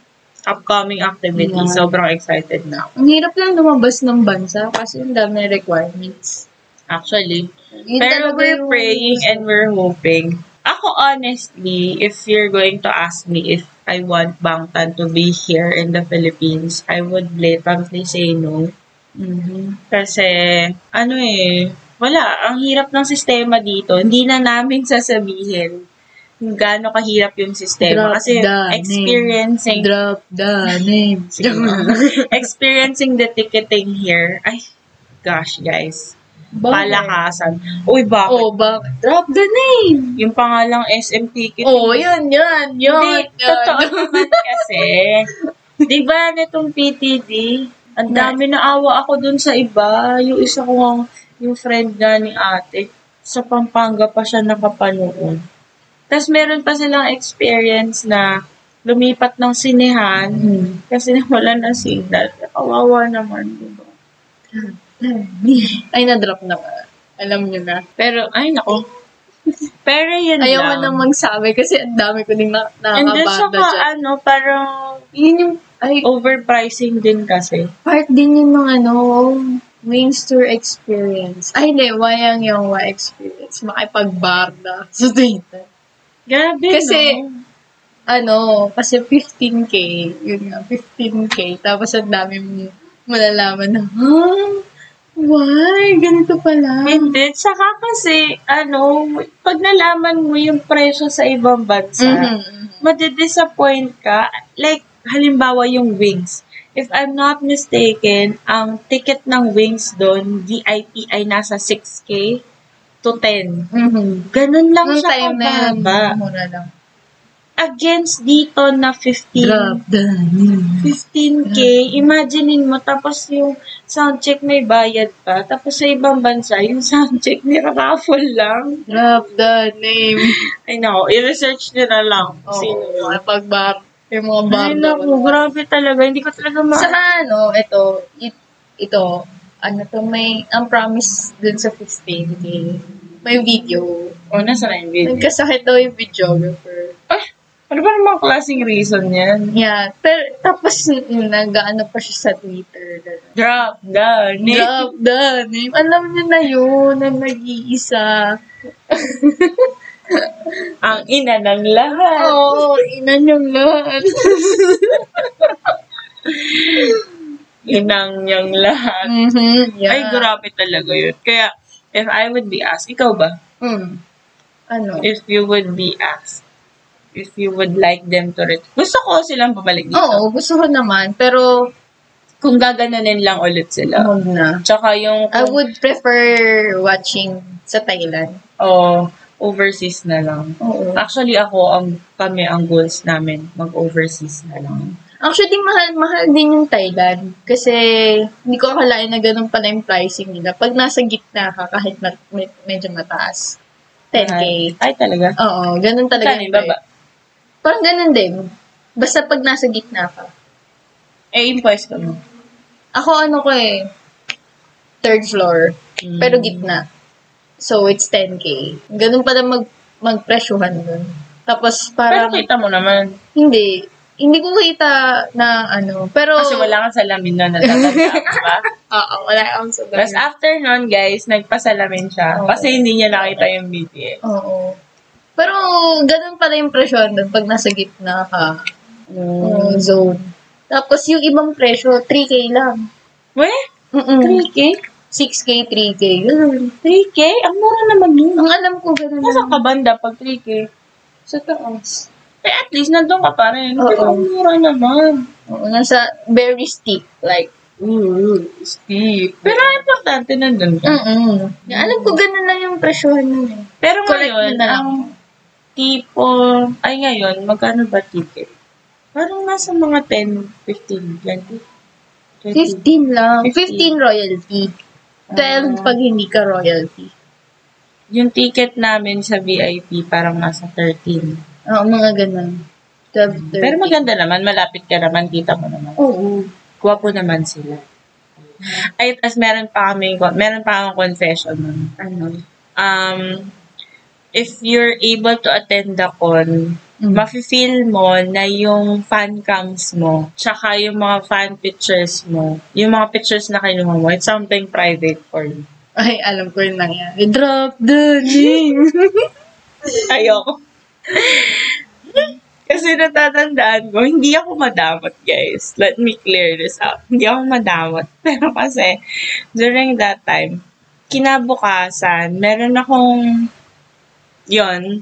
Speaker 1: Upcoming activity.
Speaker 2: Yeah.
Speaker 1: Sobrang excited na ako.
Speaker 2: Ang hirap lang lumabas ng bansa kasi ang dami ng requirements.
Speaker 1: Actually.
Speaker 2: Yun
Speaker 1: Pero
Speaker 2: talaga
Speaker 1: we're
Speaker 2: yung-
Speaker 1: praying and we're hoping. Ako, honestly, if you're going to ask me if I want Bangtan to be here in the Philippines, I would blatantly say no.
Speaker 2: Mhm.
Speaker 1: Kasi, ano eh, wala. Ang hirap ng sistema dito. Hindi na namin (laughs) sasabihin kung gaano kahirap yung sistema.
Speaker 2: Drop
Speaker 1: Kasi
Speaker 2: the name.
Speaker 1: experiencing
Speaker 2: Drop the name. (laughs)
Speaker 1: experiencing the ticketing here. Ay, gosh, guys.
Speaker 2: Bangor.
Speaker 1: palakasan. Uy, bakit?
Speaker 2: Oh, ba? Drop the name!
Speaker 1: Yung pangalang SM ticket.
Speaker 2: Oh, yan, yan,
Speaker 1: Hindi,
Speaker 2: yan. yan.
Speaker 1: totoo naman kasi. Di ba nitong PTD, ang dami na awa ako dun sa iba. Yung isa ko ang, yung friend nga ni ate, sa Pampanga pa siya nakapanood. Tapos meron pa silang experience na lumipat ng sinehan
Speaker 2: Hmm.
Speaker 1: kasi wala ng signal. Kawawa naman, di ba?
Speaker 2: Ay, na-drop na ba? Alam nyo na.
Speaker 1: Pero, ay nako. Pero yun
Speaker 2: Ayaw ko
Speaker 1: lang.
Speaker 2: nang magsabi kasi ang dami ko din na,
Speaker 1: And then siya
Speaker 2: nakakabanda
Speaker 1: ka,
Speaker 2: dyan.
Speaker 1: ano, parang
Speaker 2: Yun yung, ay,
Speaker 1: overpricing din kasi.
Speaker 2: part din yung mga, ano, main store experience. Ay, hindi, wayang yung wa experience. Makipagbarda sa Twitter.
Speaker 1: Grabe,
Speaker 2: Kasi,
Speaker 1: no?
Speaker 2: ano, kasi 15K, yun nga, 15K. Tapos ang dami mo malalaman na, huh? Why? Ganito pala.
Speaker 1: Hindi. Tsaka kasi, ano, pag nalaman mo yung presyo sa ibang bansa,
Speaker 2: Mhm.
Speaker 1: madidisappoint ka. Like, halimbawa yung wings. If I'm not mistaken, ang ticket ng wings doon, VIP, ay nasa 6K to 10.
Speaker 2: Mhm.
Speaker 1: Ganun lang
Speaker 2: Nung
Speaker 1: siya
Speaker 2: time na yan,
Speaker 1: kababa.
Speaker 2: mura lang.
Speaker 1: Against dito na 15.
Speaker 2: Drop the
Speaker 1: 15K, imaginein mo, tapos yung soundcheck may bayad pa, tapos sa ibang bansa, yung (laughs) soundcheck niraraffle lang.
Speaker 2: Drop the
Speaker 1: (laughs)
Speaker 2: name.
Speaker 1: Ay nako, i-research nila lang.
Speaker 2: Oo,
Speaker 1: Sino yun.
Speaker 2: mga pagbar. Yung mga
Speaker 1: Ay
Speaker 2: barda.
Speaker 1: nako, grabe talaga, hindi ko talaga ma...
Speaker 2: Saka ano, ito, it- ito, ano to, may, ang promise dun sa 15K, may video.
Speaker 1: Oh, nasa na yung video?
Speaker 2: Nagkasakit daw yung videographer.
Speaker 1: Ay, ano ba namang klaseng reason yan?
Speaker 2: Yeah, pero tapos mm, nag-ano pa siya sa Twitter. ganun.
Speaker 1: Drop the name.
Speaker 2: Drop the name. Alam niyo na yun, na nag-iisa.
Speaker 1: Ang ina ng lahat.
Speaker 2: Oo, oh, ina niyang lahat.
Speaker 1: Inang niyang lahat.
Speaker 2: mm-hmm, yeah.
Speaker 1: Ay, grabe talaga yun. Kaya, if I would be asked, ikaw ba?
Speaker 2: Mm. Ano?
Speaker 1: if you would be asked if you would like them to return. Gusto ko silang babalik dito.
Speaker 2: Oo, gusto ko naman, pero
Speaker 1: Kung gaganunin lang ulit sila.
Speaker 2: huwag na.
Speaker 1: Tsaka yung
Speaker 2: I would prefer watching sa Thailand.
Speaker 1: oh, overseas na lang.
Speaker 2: Oo.
Speaker 1: Actually, ako, ang kami, ang goals namin, mag-overseas na lang.
Speaker 2: Actually, mahal, mahal din yung Thailand. Kasi, hindi ko akalain na ganun pala yung pricing nila. Pag nasa gitna ka, kahit na, med- medyo mataas. 10K.
Speaker 1: Ay, talaga?
Speaker 2: Oo, ganun talaga.
Speaker 1: Kani,
Speaker 2: yung
Speaker 1: baba.
Speaker 2: price. Parang ganun din. Basta pag nasa gitna ka.
Speaker 1: Eh, impoist ka mo.
Speaker 2: Ako ano ko eh, third floor,
Speaker 1: Mm.
Speaker 2: pero gitna. So, it's 10K. Ganun pala mag, magpresyohan dun. Tapos
Speaker 1: Pero
Speaker 2: parang,
Speaker 1: kita mo naman.
Speaker 2: hindi. Hindi ko kita na ano. Pero,
Speaker 1: Kasi wala kang salamin na
Speaker 2: (laughs)
Speaker 1: natatanda, ba?
Speaker 2: Oo, wala akong sa
Speaker 1: Tapos after nun, guys, nagpasalamin siya.
Speaker 2: Oo.
Speaker 1: Kasi hindi niya nakita yung BTS.
Speaker 2: Oo. Pero, ganun pala yung presyo doon pag nasa gitna ka.
Speaker 1: Mm.
Speaker 2: ng zone. Tapos, yung ibang presyo, 3K lang.
Speaker 1: Weh?
Speaker 2: Mm-mm.
Speaker 1: 3K?
Speaker 2: 6K, 3K. Ganun.
Speaker 1: 3K? Ang mura naman yun.
Speaker 2: Ang alam ko, ganun
Speaker 1: Nasa
Speaker 2: lang.
Speaker 1: kabanda pag 3K.
Speaker 2: Sa taas.
Speaker 1: Eh, at least nandun ka pa rin.
Speaker 2: Oo.
Speaker 1: Pero ang mura naman.
Speaker 2: Oo, nasa very steep. Like,
Speaker 1: Ooh, steep. Pero ang importante nandun ka.
Speaker 2: mm-mm. Alam ko, ganun lang yung presyohan nun eh.
Speaker 1: Pero
Speaker 2: Correct
Speaker 1: ngayon,
Speaker 2: na lang.
Speaker 1: ang tipo, ay ngayon, magkano ba ticket? Parang nasa mga 10, 15, 20. 20.
Speaker 2: 15 lang.
Speaker 1: 15.
Speaker 2: 15 royalty.
Speaker 1: Ah.
Speaker 2: 12 pag hindi ka royalty.
Speaker 1: Yung ticket namin sa VIP parang nasa 13.
Speaker 2: Oo, mga ganun. 12, 13.
Speaker 1: Pero maganda naman, malapit ka naman, kita mo naman.
Speaker 2: Oo.
Speaker 1: Gwapo naman sila. Ay, tas meron pa kami, meron pa akong confession nun.
Speaker 2: Ano?
Speaker 1: Um, if you're able to attend the con, mafe-feel mo na yung fan cams mo, tsaka yung mga fan pictures mo, yung mga pictures na kinuha mo, it's something private for you.
Speaker 2: Ay, alam ko yung nangyari. Drop the name.
Speaker 1: Ayoko. (laughs) Kasi natatandaan ko, hindi ako madamot, guys. Let me clear this out. Hindi ako madamot. (laughs) Pero kasi, during that time, kinabukasan, meron akong, yon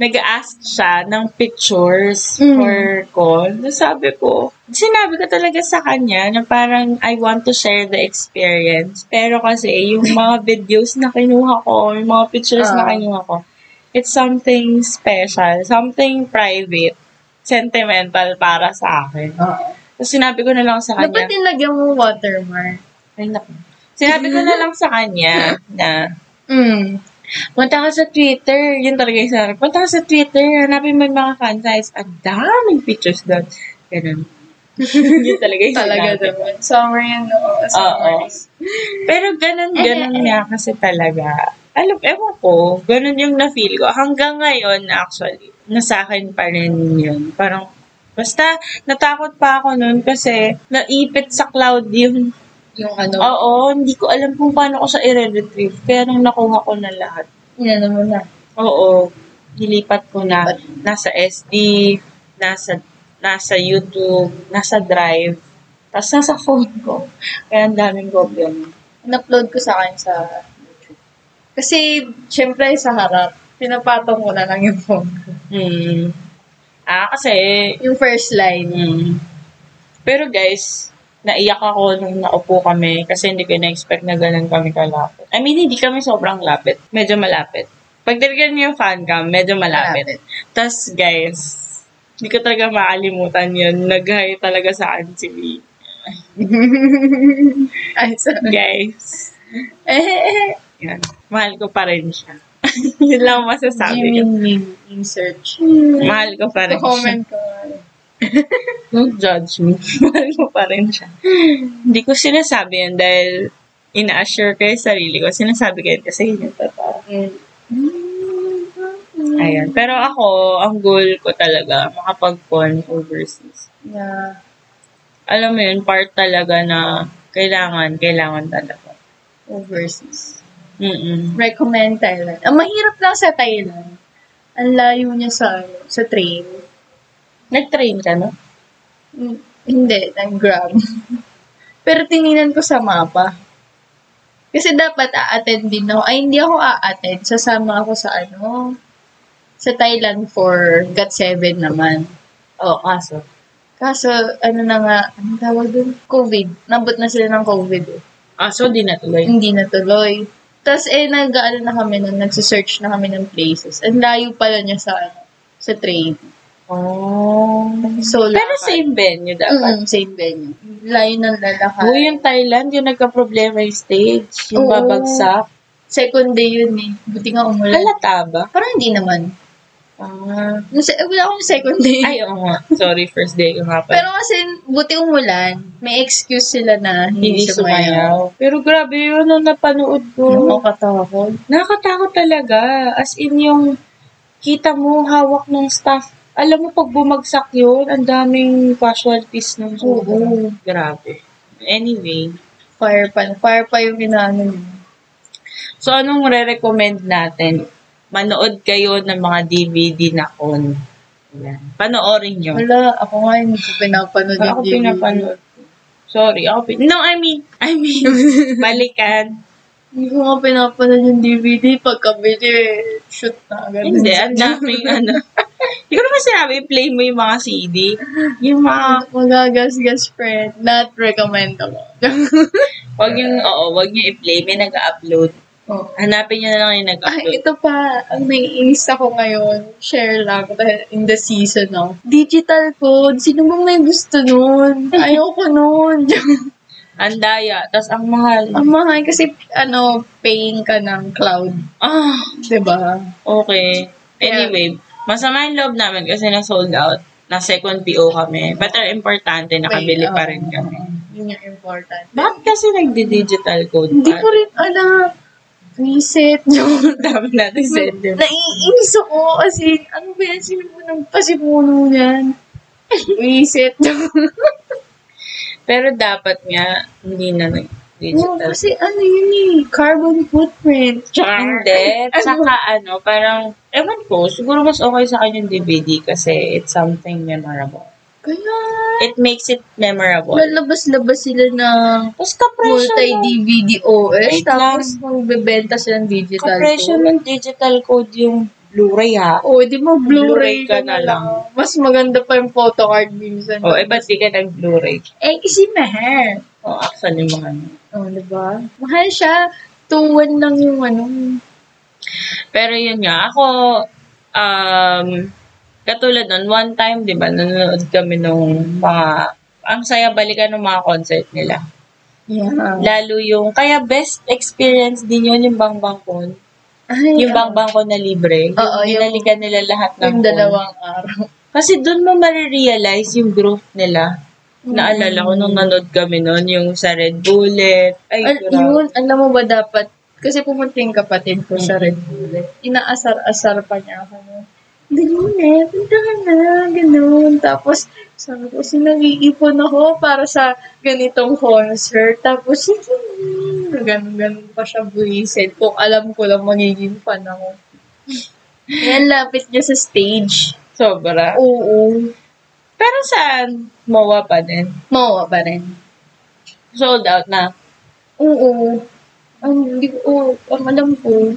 Speaker 1: nag-ask siya ng pictures
Speaker 2: Mm.
Speaker 1: for call. Tapos Sabi ko, sinabi ko talaga sa kanya na parang I want to share the experience. Pero kasi yung mga videos na kinuha ko, yung mga pictures na
Speaker 2: Ah.
Speaker 1: kinuha ko, it's something special, something private, sentimental para sa akin. Tapos sinabi ko na lang sa kanya.
Speaker 2: Dapat nilagyan mo watermark.
Speaker 1: Ay, naku. Sinabi ko na lang sa kanya na
Speaker 2: Mm.
Speaker 1: Punta ka sa Twitter. Yun talaga yung sinabi. Punta ka sa Twitter. Hanapin mo yung mga fan sites. Ang daming pictures doon. Ganun. (laughs) yun talaga yung
Speaker 2: Talaga
Speaker 1: sinabi.
Speaker 2: naman. Summer yan, no? Summer.
Speaker 1: Pero ganun, ganun nga kasi talaga. Alam, ewan ko. Ganun yung na-feel ko. Hanggang ngayon, actually, nasa akin pa rin yun. Parang, basta, natakot pa ako nun kasi naipit sa cloud yung,
Speaker 2: Yung ano,
Speaker 1: oo, hindi ko alam kung paano ko siya i-retrieve. Pero nakuha ko na lahat.
Speaker 2: yan naman na.
Speaker 1: Oo. Nilipat ko na nasa SD, nasa nasa YouTube, nasa Drive, tapos nasa phone ko. Kaya ang daming problem.
Speaker 2: In-upload ko sa akin sa YouTube. Kasi, syempre, sa harap, pinapatong ko na lang yung phone ko.
Speaker 1: Hmm. Ah, kasi...
Speaker 2: Yung first
Speaker 1: (laughs)
Speaker 2: line.
Speaker 1: Hmm. Pero guys, naiyak ako nung naupo kami kasi hindi ko na-expect na ganun kami kalapit. I mean, hindi kami sobrang lapit. Medyo malapit. Pag tinignan niyo yung fan cam, medyo malapit. tas guys, hindi ko talaga makalimutan yun. nag talaga sa akin si V.
Speaker 2: Ay, (laughs) sorry.
Speaker 1: Guys,
Speaker 2: Eh,
Speaker 1: yan. Mahal ko pa rin siya. (laughs) yun lang ang masasabi ko.
Speaker 2: Jimin in search.
Speaker 1: Mahal ko pa rin siya.
Speaker 2: Comment ko. nga.
Speaker 1: Don't judge me. (laughs) Mahal ko pa rin siya. Hindi ko sinasabi yan dahil ina-assure ko yung sarili ko. Sinasabi ko yun kasi yun yung totoo.
Speaker 2: Mm.
Speaker 1: Ayan. Pero ako, ang goal ko talaga, makapag-con overseas.
Speaker 2: Yeah.
Speaker 1: Alam mo yun, part talaga na kailangan, kailangan talaga.
Speaker 2: Overseas.
Speaker 1: Mm-mm.
Speaker 2: Recommend Thailand. Ang mahirap lang sa Thailand. Ang layo niya sa ano, sa train.
Speaker 1: Nag-train ka, no?
Speaker 2: Mm, Hindi, ng Grab. (laughs) Pero tiningnan ko sa mapa. Kasi dapat a-attend din ako. Ay, hindi ako a-attend. Sasama ako sa ano, sa Thailand for GOT7 naman.
Speaker 1: Oo, kaso.
Speaker 2: Kaso, ano na nga, anong tawag doon? COVID. Nabot na sila ng COVID. eh.
Speaker 1: Kaso, di natuloy.
Speaker 2: Hindi natuloy. Tapos, eh, nag ano na kami nun, nagsisearch na kami ng places. Ang layo pala niya sa, ano, sa train.
Speaker 1: Oh.
Speaker 2: So,
Speaker 1: Pero
Speaker 2: lakad.
Speaker 1: same venue dapat.
Speaker 2: Mm, same venue. Layo ng lalakad.
Speaker 1: Oo, yung Thailand, yung nagka-problema yung stage, yung
Speaker 2: Oo.
Speaker 1: babagsak.
Speaker 2: Second day yun eh. Buti nga umulan.
Speaker 1: Halata ba?
Speaker 2: Parang hindi naman.
Speaker 1: Ah.
Speaker 2: Nung se- Wala akong second day.
Speaker 1: Ay, oo nga. (laughs) Sorry, first day ko nga
Speaker 2: Pero
Speaker 1: pala.
Speaker 2: kasi buti umulan. May excuse sila na
Speaker 1: hindi
Speaker 2: hindi, sumayaw.
Speaker 1: sumayaw. Pero grabe yun, nung napanood ko.
Speaker 2: Nakakatakot.
Speaker 1: Nakakatakot talaga. As in yung kita mo, hawak ng staff. Alam mo, pag bumagsak yun, ang daming casualties ng
Speaker 2: Oo.
Speaker 1: Grabe. Anyway,
Speaker 2: Fire pa. Fire pa yung inaano niya.
Speaker 1: So, anong re-recommend natin? Manood kayo ng mga DVD na on. Ayan. Panoorin nyo.
Speaker 2: Wala, ako nga hindi ko pinapanood
Speaker 1: Ako
Speaker 2: yung DVD.
Speaker 1: pinapanood. Sorry, ako pin- No, I mean, I (laughs) mean, balikan.
Speaker 2: Hindi ko nga pinapanood yung DVD. Pagkabili, eh, shoot na agad.
Speaker 1: Hindi,
Speaker 2: (laughs)
Speaker 1: ang daming ano. Hindi ko naman sinabi, play mo yung mga CD. Yung mga,
Speaker 2: Magagasgas, friend. Not recommendable. (laughs)
Speaker 1: wag yung, oo, wag yung i-play. May nag-upload.
Speaker 2: oh.
Speaker 1: Hanapin nyo na lang yung
Speaker 2: Ay,
Speaker 1: nag-upload.
Speaker 2: ito pa, ang naiinis ako ngayon, share lang, dahil in the season, no? Digital code, sino bang may gusto nun? Ayoko nun. (laughs)
Speaker 1: Ang daya, tas ang mahal.
Speaker 2: ang mahal kasi, ano, paying ka ng cloud,
Speaker 1: Ah,
Speaker 2: 'di ba?
Speaker 1: Okay.
Speaker 2: Yeah.
Speaker 1: Anyway, masama yung loob namin kasi na-sold out. Na second PO kami. But ang importante, nakabili
Speaker 2: Pay,
Speaker 1: pa
Speaker 2: oo,
Speaker 1: rin kami.
Speaker 2: oo, Yun yung important.
Speaker 1: Bakit kasi nagdi-digital code?
Speaker 2: Hindi
Speaker 1: pa?
Speaker 2: ko rin alam. Reset.
Speaker 1: (laughs)
Speaker 2: (laughs)
Speaker 1: Ang dami natin send yun.
Speaker 2: Naiinis ako kasi, ano ba yan, sino mo nang pasimuno yan? Reset.
Speaker 1: Pero dapat nga, hindi na
Speaker 2: Oo,
Speaker 1: nag-digital.
Speaker 2: (laughs) kasi ano yun eh, carbon footprint.
Speaker 1: Hindi.
Speaker 2: (laughs)
Speaker 1: Tsaka ano, parang, ewan ko, siguro mas okay sa akin yung DVD kasi it's something memorable.
Speaker 2: Kaya,
Speaker 1: It makes it memorable.
Speaker 2: lalabas-labas sila ng
Speaker 1: Tapos kapresyo ng,
Speaker 2: multi-DVD OS,
Speaker 1: Wait
Speaker 2: tapos magbebenta sila ng digital
Speaker 1: kapresyo
Speaker 2: code.
Speaker 1: ng digital code yung Blu-ray ha.
Speaker 2: Oo, di mo
Speaker 1: Blu-ray
Speaker 2: Blu-ray
Speaker 1: ka
Speaker 2: ka
Speaker 1: na
Speaker 2: na lang. Mas maganda pa yung photocard minsan.
Speaker 1: O, oh, eh, ba't di ka nag-Blu-ray?
Speaker 2: Eh, kasi mahal.
Speaker 1: O, oh, actually, mga ano.
Speaker 2: Oo, di ba? Mahal siya. 2-1 lang yung ano.
Speaker 1: Pero yun nga, ako, um, katulad nun, one time, di ba, nanonood kami nung mga, ang saya balikan ng mga concert nila.
Speaker 2: Yeah.
Speaker 1: Lalo yung, kaya best experience din yun yung Bangbang Con.
Speaker 2: Ay,
Speaker 1: Yung Bangbang Con na libre.
Speaker 2: Oo,
Speaker 1: yung
Speaker 2: yung-
Speaker 1: binalikan nila lahat ng
Speaker 2: Yung
Speaker 1: con.
Speaker 2: dalawang araw.
Speaker 1: Kasi doon mo marirealize yung growth nila.
Speaker 2: Mm.
Speaker 1: Naalala ko nung nanood kami noon, yung sa Red Bullet. Ay,
Speaker 2: Al-
Speaker 1: grabe.
Speaker 2: yun, alam mo ba dapat, kasi pumunta yung kapatid ko sa Red Bullet. Inaasar-asar pa niya ako. na, Dali na, punta ka na, ganun. Tapos, sabi ko, kasi nag-iipon ako para sa ganitong concert. Tapos, sige na. ganun-ganun pa siya buwisit. Kung alam ko lang, magiging fan ako. Yan, lapit niya sa stage.
Speaker 1: Sobra.
Speaker 2: Oo.
Speaker 1: Pero sa MOA pa din.
Speaker 2: Mawa pa rin.
Speaker 1: Sold out na.
Speaker 2: Oo. Ang, hindi ko, oo, ang alam ko.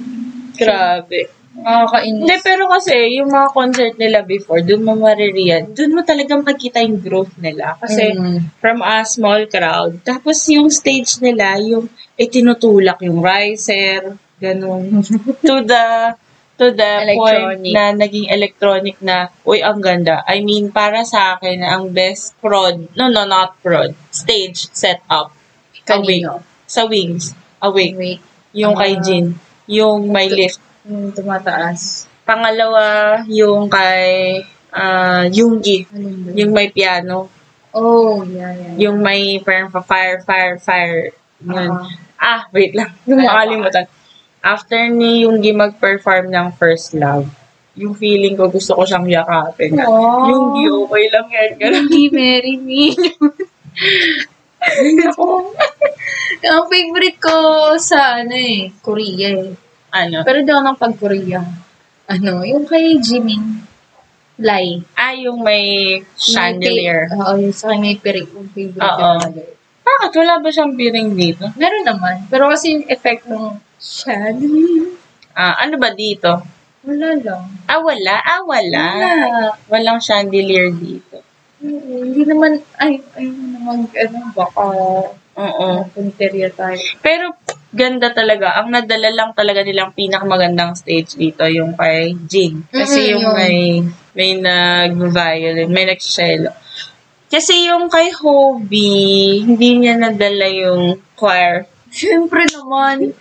Speaker 1: Grabe.
Speaker 2: Nakakainis.
Speaker 1: Hindi, pero kasi yung mga concert nila before, doon mo marirealize, doon mo talagang makita yung growth nila. Kasi
Speaker 2: Mm.
Speaker 1: from a small crowd, tapos yung stage nila, yung itinutulak yung riser,
Speaker 2: (laughs)
Speaker 1: ganun. to the to the point
Speaker 2: Electronic.
Speaker 1: na naging electronic na, uy, ang ganda. I mean, para sa akin, ang best prod, no, no, not prod, stage setup.
Speaker 2: Kanino?
Speaker 1: Awake. Sa Wings. Awake.
Speaker 2: Wait.
Speaker 1: Yung kay
Speaker 2: Ah.
Speaker 1: Jin. Yung may lift.
Speaker 2: Yung tumataas.
Speaker 1: Pangalawa, yung kay ah Yungi.
Speaker 2: Ano yun?
Speaker 1: Yung may piano.
Speaker 2: Oh, yeah, yeah.
Speaker 1: Yung may parang pa- fire, fire, fire. Yun. Ah,
Speaker 2: Ah.
Speaker 1: wait lang. (laughs) Yung makalimutan. After ni Yungi mag-perform ng First Love, yung feeling ko gusto ko siyang yakapin.
Speaker 2: Aww.
Speaker 1: Yungi, okay lang yan. (laughs) (laughs) Ganun.
Speaker 2: Hindi, marry me. (laughs) Ang favorite ko sa, ano eh, Korea eh.
Speaker 1: ano?
Speaker 2: Pero daw ng pag-Korea. Ano, yung kay Jimin. Lai.
Speaker 1: Ah, yung may chandelier.
Speaker 2: May pi- Oo, yung sa akin may pirik. Yung favorite ko
Speaker 1: Oo.
Speaker 2: talaga.
Speaker 1: Bakit? Wala ba siyang piring dito?
Speaker 2: Meron naman. Pero kasi yung effect ng shadow.
Speaker 1: Ah, ano ba dito?
Speaker 2: Wala lang.
Speaker 1: Ah, wala. Ah, wala.
Speaker 2: Wala.
Speaker 1: Walang chandelier dito.
Speaker 2: Oo, hindi naman, ay, ay, naman, ano, baka,
Speaker 1: Oo.
Speaker 2: punteriya tayo.
Speaker 1: Pero ganda talaga. Ang nadala lang talaga nilang pinakamagandang stage dito, yung kay Jin. Kasi
Speaker 2: Mm,
Speaker 1: yung
Speaker 2: yun.
Speaker 1: may, may nag-violin, may nag-cello. Kasi yung kay Hobie, hindi niya nadala yung choir.
Speaker 2: Siyempre naman.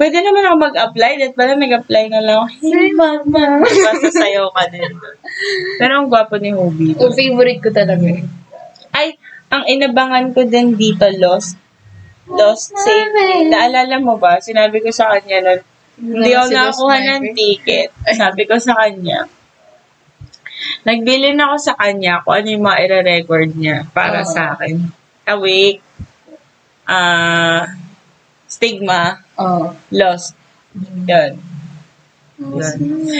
Speaker 1: Pwede naman ako mag-apply. Dahil pala nag-apply na lang ako. Hey, mama. Basta sayaw ka din. doon. Pero ang gwapo ni Hobie.
Speaker 2: O, favorite ko talaga eh.
Speaker 1: Ay, ang inabangan ko din dito, Lost. Lost Safety. Naalala mo ba? Sinabi ko sa kanya nun, hindi ako
Speaker 2: Si Lost
Speaker 1: nakakuha ng
Speaker 2: Highway.
Speaker 1: ticket. (laughs) Sabi ko sa kanya, nagbilin ako sa kanya kung ano yung mga ire-record niya para
Speaker 2: Oo.
Speaker 1: sa akin. Awake, ah, Stigma,
Speaker 2: Oo.
Speaker 1: Lost. Yun. Yun.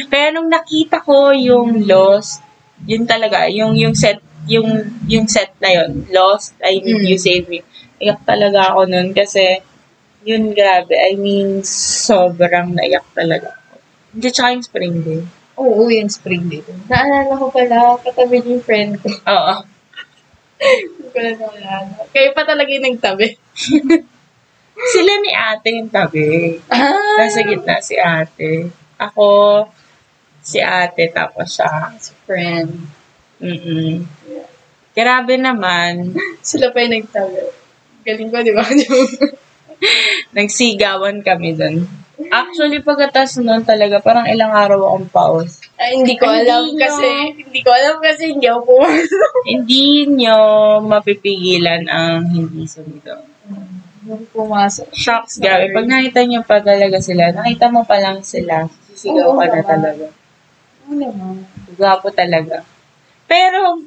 Speaker 1: Pero nung nakita ko yung Lost, yun talaga, yung yung set, yung yung set na yun, Lost, I Need
Speaker 2: Mm.
Speaker 1: You Save Me. Iyak talaga ako nun kasi yun grabe, I mean sobrang naiyak talaga ako. Hindi, tsaka yung spring day.
Speaker 2: Oo, oh, yung spring day. Naalala ko pala, katabi niyo yung friend ko.
Speaker 1: Oo.
Speaker 2: Hindi ko na naalala. Kayo pa talaga yung nagtabi.
Speaker 1: Sila ni ate yung tabi.
Speaker 2: Ah!
Speaker 1: Nasa gitna si ate. Ako, si ate, tapos siya.
Speaker 2: friend.
Speaker 1: Mm-mm. Grabe naman.
Speaker 2: Sila pa yung nagtabi. Galing ko, di ba?
Speaker 1: Nagsigawan kami dun. Actually, pagkatas nun talaga, parang ilang araw akong pause.
Speaker 2: (laughs) Ay, hindi ko
Speaker 1: Hindi
Speaker 2: alam
Speaker 1: nyo.
Speaker 2: kasi, hindi ko alam kasi hindi ako pumasok.
Speaker 1: Hindi nyo mapipigilan ang hindi sumigaw.
Speaker 2: Hindi pumasok.
Speaker 1: Shocks, grabe. Pag nakita nyo pa talaga sila, nakita mo pa lang sila, sisigaw
Speaker 2: Oo
Speaker 1: ka na
Speaker 2: naman.
Speaker 1: talaga.
Speaker 2: Ano naman?
Speaker 1: Gwapo talaga. Pero,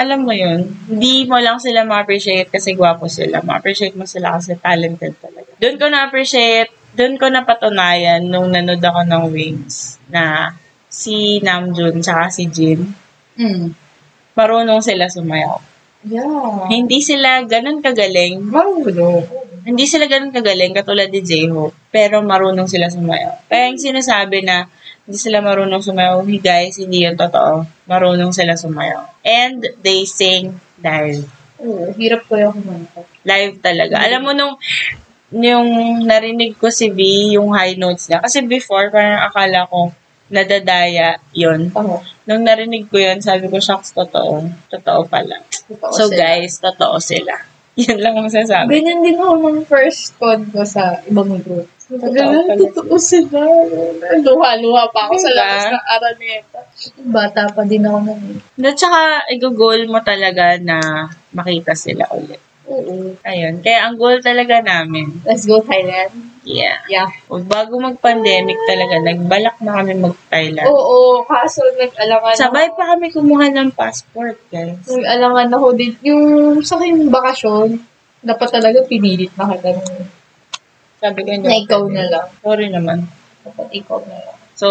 Speaker 1: alam mo yun, hindi mo lang sila ma-appreciate kasi gwapo sila. Ma-appreciate mo sila kasi talented talaga. Doon ko na-appreciate, doon ko napatunayan nung nanood ako ng Wings na si Namjoon tsaka si Jin,
Speaker 2: Mm.
Speaker 1: marunong sila sumayaw.
Speaker 2: Yeah.
Speaker 1: Hindi sila ganun kagaling. Marunong. Hindi sila ganun kagaling katulad ni J-Hope, pero marunong sila sumayaw. Kaya yung sinasabi na hindi sila marunong sumayaw. Hey guys, hindi yun totoo. Marunong sila sumayaw. And they sing live.
Speaker 2: Oo, hirap ko yung kumanta.
Speaker 1: Live talaga. Alam mo nung yung narinig ko si V, yung high notes niya. Kasi before, parang akala ko nadadaya yun.
Speaker 2: Ako,
Speaker 1: Nung narinig ko yun, sabi ko, shucks, totoo. Totoo pala.
Speaker 4: Totoo
Speaker 1: so
Speaker 4: sila.
Speaker 1: guys, totoo sila. (laughs) Yan lang ang sasabi.
Speaker 2: ganyan din ako ng first con ko sa ibang group.
Speaker 1: Totoo pala.
Speaker 2: Ganun, totoo sila. Luha-luha pa ako sa
Speaker 1: Diba?
Speaker 2: labas ng Araneta. Bata pa din ako nun. eh.
Speaker 1: At saka, i-goal mo talaga na makita sila ulit.
Speaker 2: Oo.
Speaker 1: Ayun. Kaya ang goal talaga namin,
Speaker 2: Let's go Thailand.
Speaker 1: yeah.
Speaker 2: Yeah.
Speaker 1: O, Bago mag-pandemic talaga, nagbalak na kami mag-Thailand.
Speaker 2: Oo, kaso nag-alangan ako.
Speaker 1: Sabay pa kami kumuha ng passport, guys.
Speaker 2: Nag-alangan ako din. Yung sa aking bakasyon, dapat talaga pinilit na ka ganun.
Speaker 1: Sabi ko
Speaker 2: Na ikaw na lang.
Speaker 1: Sorry naman.
Speaker 2: Dapat ikaw na lang.
Speaker 1: So,